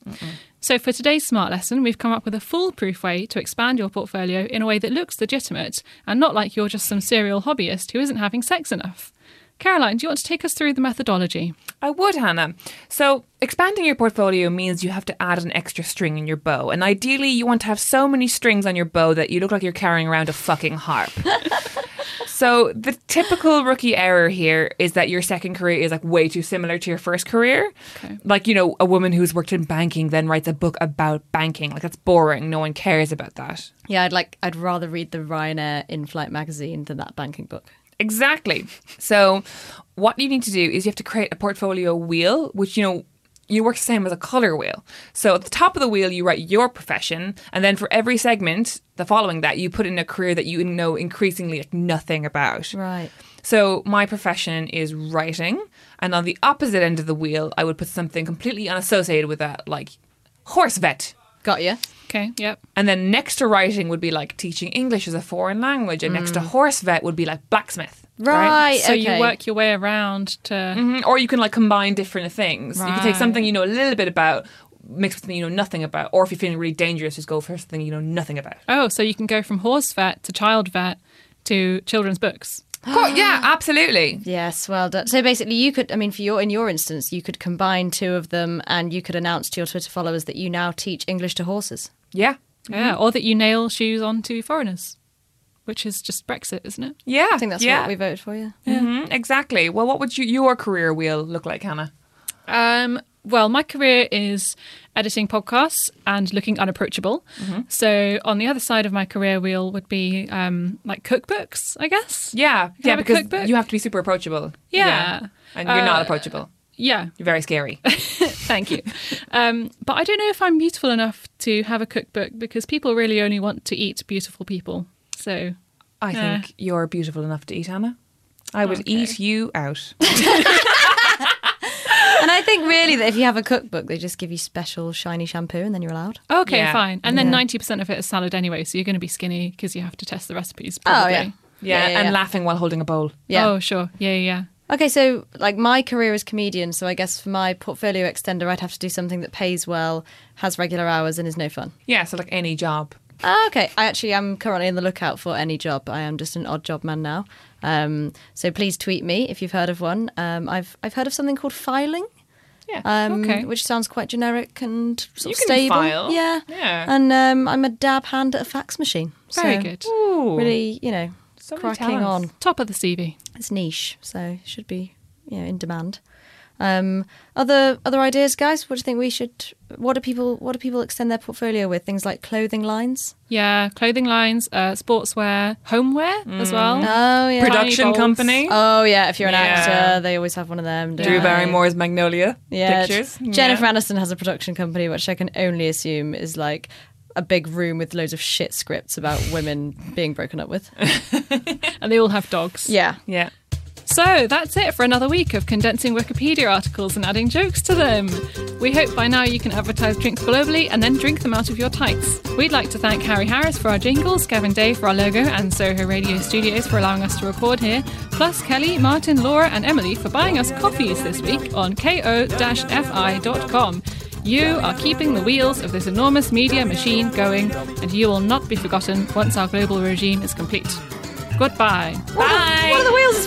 [SPEAKER 1] So, for today's smart lesson, we've come up with a foolproof way to expand your portfolio in a way that looks legitimate and not like you're just some serial hobbyist who isn't having sex enough. Caroline, do you want to take us through the methodology?
[SPEAKER 3] I would, Hannah. So, expanding your portfolio means you have to add an extra string in your bow. And ideally, you want to have so many strings on your bow that you look like you're carrying around a fucking harp. so, the typical rookie error here is that your second career is like way too similar to your first career.
[SPEAKER 1] Okay.
[SPEAKER 3] Like, you know, a woman who's worked in banking then writes a book about banking. Like, that's boring. No one cares about that.
[SPEAKER 2] yeah, I'd like I'd rather read the Ryanair in-flight magazine than that banking book.
[SPEAKER 3] Exactly. So, what you need to do is you have to create a portfolio wheel, which you know you work the same as a color wheel. So at the top of the wheel, you write your profession, and then for every segment, the following that you put in a career that you know increasingly like nothing about.
[SPEAKER 2] Right.
[SPEAKER 3] So my profession is writing, and on the opposite end of the wheel, I would put something completely unassociated with that, like horse vet.
[SPEAKER 2] Got you.
[SPEAKER 1] Okay, yep.
[SPEAKER 3] And then next to writing would be like teaching English as a foreign language, and next to horse vet would be like blacksmith.
[SPEAKER 2] Mm. Right.
[SPEAKER 1] so,
[SPEAKER 2] okay.
[SPEAKER 1] you work your way around to.
[SPEAKER 3] Mhm, Or you can like combine different things. You can take
[SPEAKER 1] Right.
[SPEAKER 3] something you know a little bit about, mix with something you know nothing about, or if you're feeling really dangerous, just go for something you know nothing about.
[SPEAKER 1] Oh, so you can go from horse vet to child vet to children's books.
[SPEAKER 3] [GASPS] Cool, yeah, absolutely.
[SPEAKER 2] Yes, well done. So basically, you could, I mean, for your in your instance, you could combine two of them, and you could announce to your Twitter followers that you now teach English to horses.
[SPEAKER 3] Yeah.
[SPEAKER 1] Yeah, or that you nail shoes onto foreigners, which is just Brexit, isn't it?
[SPEAKER 3] Yeah.
[SPEAKER 2] I think that's
[SPEAKER 3] yeah.
[SPEAKER 2] what we voted for. Yeah.
[SPEAKER 3] Mhm, exactly. Well, what would you, your career wheel look like, Hannah?
[SPEAKER 1] Um, well, my career is editing podcasts and looking unapproachable.
[SPEAKER 2] Mm-hmm.
[SPEAKER 1] So on the other side of my career wheel would be um, like cookbooks, I guess.
[SPEAKER 3] Yeah. Yeah,
[SPEAKER 1] have a
[SPEAKER 3] because
[SPEAKER 1] cookbook?
[SPEAKER 3] you have to be super approachable.
[SPEAKER 1] Yeah.
[SPEAKER 3] And you're not
[SPEAKER 1] Uh,
[SPEAKER 3] approachable.
[SPEAKER 1] Yeah,
[SPEAKER 3] You're very scary.
[SPEAKER 1] thank you. um, but I don't know if I'm beautiful enough to have a cookbook because people really only want to eat beautiful people. So
[SPEAKER 3] [LAUGHS] I
[SPEAKER 1] Yeah.
[SPEAKER 3] think you're beautiful enough to eat, Hannah. I would eat you [LAUGHS] out.
[SPEAKER 2] And I think really that if you have a cookbook, they just give you special shiny shampoo, and then you're allowed.
[SPEAKER 1] okay,
[SPEAKER 3] Yeah.
[SPEAKER 1] fine. And then ninety percent of it is salad anyway, so you're going to be skinny because you have to test the recipes.
[SPEAKER 2] Oh,
[SPEAKER 1] Probably.
[SPEAKER 2] yeah.
[SPEAKER 3] Yeah, and
[SPEAKER 2] yeah.
[SPEAKER 3] laughing while holding a bowl.
[SPEAKER 2] Yeah.
[SPEAKER 1] Oh sure. Yeah, yeah, yeah.
[SPEAKER 2] Okay, so like my career is comedian, so I guess for my portfolio extender, I'd have to do something that pays well, has regular hours, and is no fun.
[SPEAKER 3] Yeah, so like any job.
[SPEAKER 2] Ah, okay, I actually am currently in the lookout for any job. I am just an odd job man now. Um, so please tweet me if you've heard of one. Um, I've I've heard of something called filing.
[SPEAKER 3] Yeah.
[SPEAKER 2] Um,
[SPEAKER 1] Okay.
[SPEAKER 2] Which sounds quite generic and sort of
[SPEAKER 3] You can
[SPEAKER 2] stable.
[SPEAKER 3] file.
[SPEAKER 2] Yeah.
[SPEAKER 3] Yeah.
[SPEAKER 2] And um, I'm a dab hand at a fax machine.
[SPEAKER 1] Very
[SPEAKER 2] So
[SPEAKER 1] good.
[SPEAKER 3] Ooh.
[SPEAKER 2] Really, you know,
[SPEAKER 3] So many
[SPEAKER 2] cracking
[SPEAKER 3] talents.
[SPEAKER 2] on
[SPEAKER 1] Top of the CV.
[SPEAKER 2] it's niche, so it should be you know in demand. Um, other other ideas, guys? What do you think we should? What do people? What do people extend their portfolio with? Things like clothing lines.
[SPEAKER 1] Yeah, clothing lines, uh, sportswear, homeware as well.
[SPEAKER 2] Oh yeah.
[SPEAKER 1] Production
[SPEAKER 3] Production
[SPEAKER 1] company.
[SPEAKER 3] company.
[SPEAKER 2] Oh yeah. If you're an
[SPEAKER 3] Yeah.
[SPEAKER 2] actor, they always have one of them. don't
[SPEAKER 3] Drew
[SPEAKER 2] they?
[SPEAKER 3] Barrymore's Magnolia
[SPEAKER 2] Yeah.
[SPEAKER 3] pictures.
[SPEAKER 2] Jennifer
[SPEAKER 3] Yeah.
[SPEAKER 2] Aniston has a production company, which I can only assume is like a big room with loads of shit scripts about women being broken up with.
[SPEAKER 1] And they all have dogs.
[SPEAKER 2] [LAUGHS] Yeah.
[SPEAKER 3] Yeah.
[SPEAKER 1] So that's it for another week of condensing Wikipedia articles and adding jokes to them. We hope by now you can advertise drinks globally and then drink them out of your tights. We'd like to thank Harry Harris for our jingles, Gavin Day for our logo, and Soho Radio Studios for allowing us to record here, plus Kelly, Martin, Laura, and Emily for buying us coffees this week on ko-fi.com. You are keeping the wheels of this enormous media machine going, and you will not be forgotten once our global regime is complete. Goodbye.
[SPEAKER 2] What are the wheels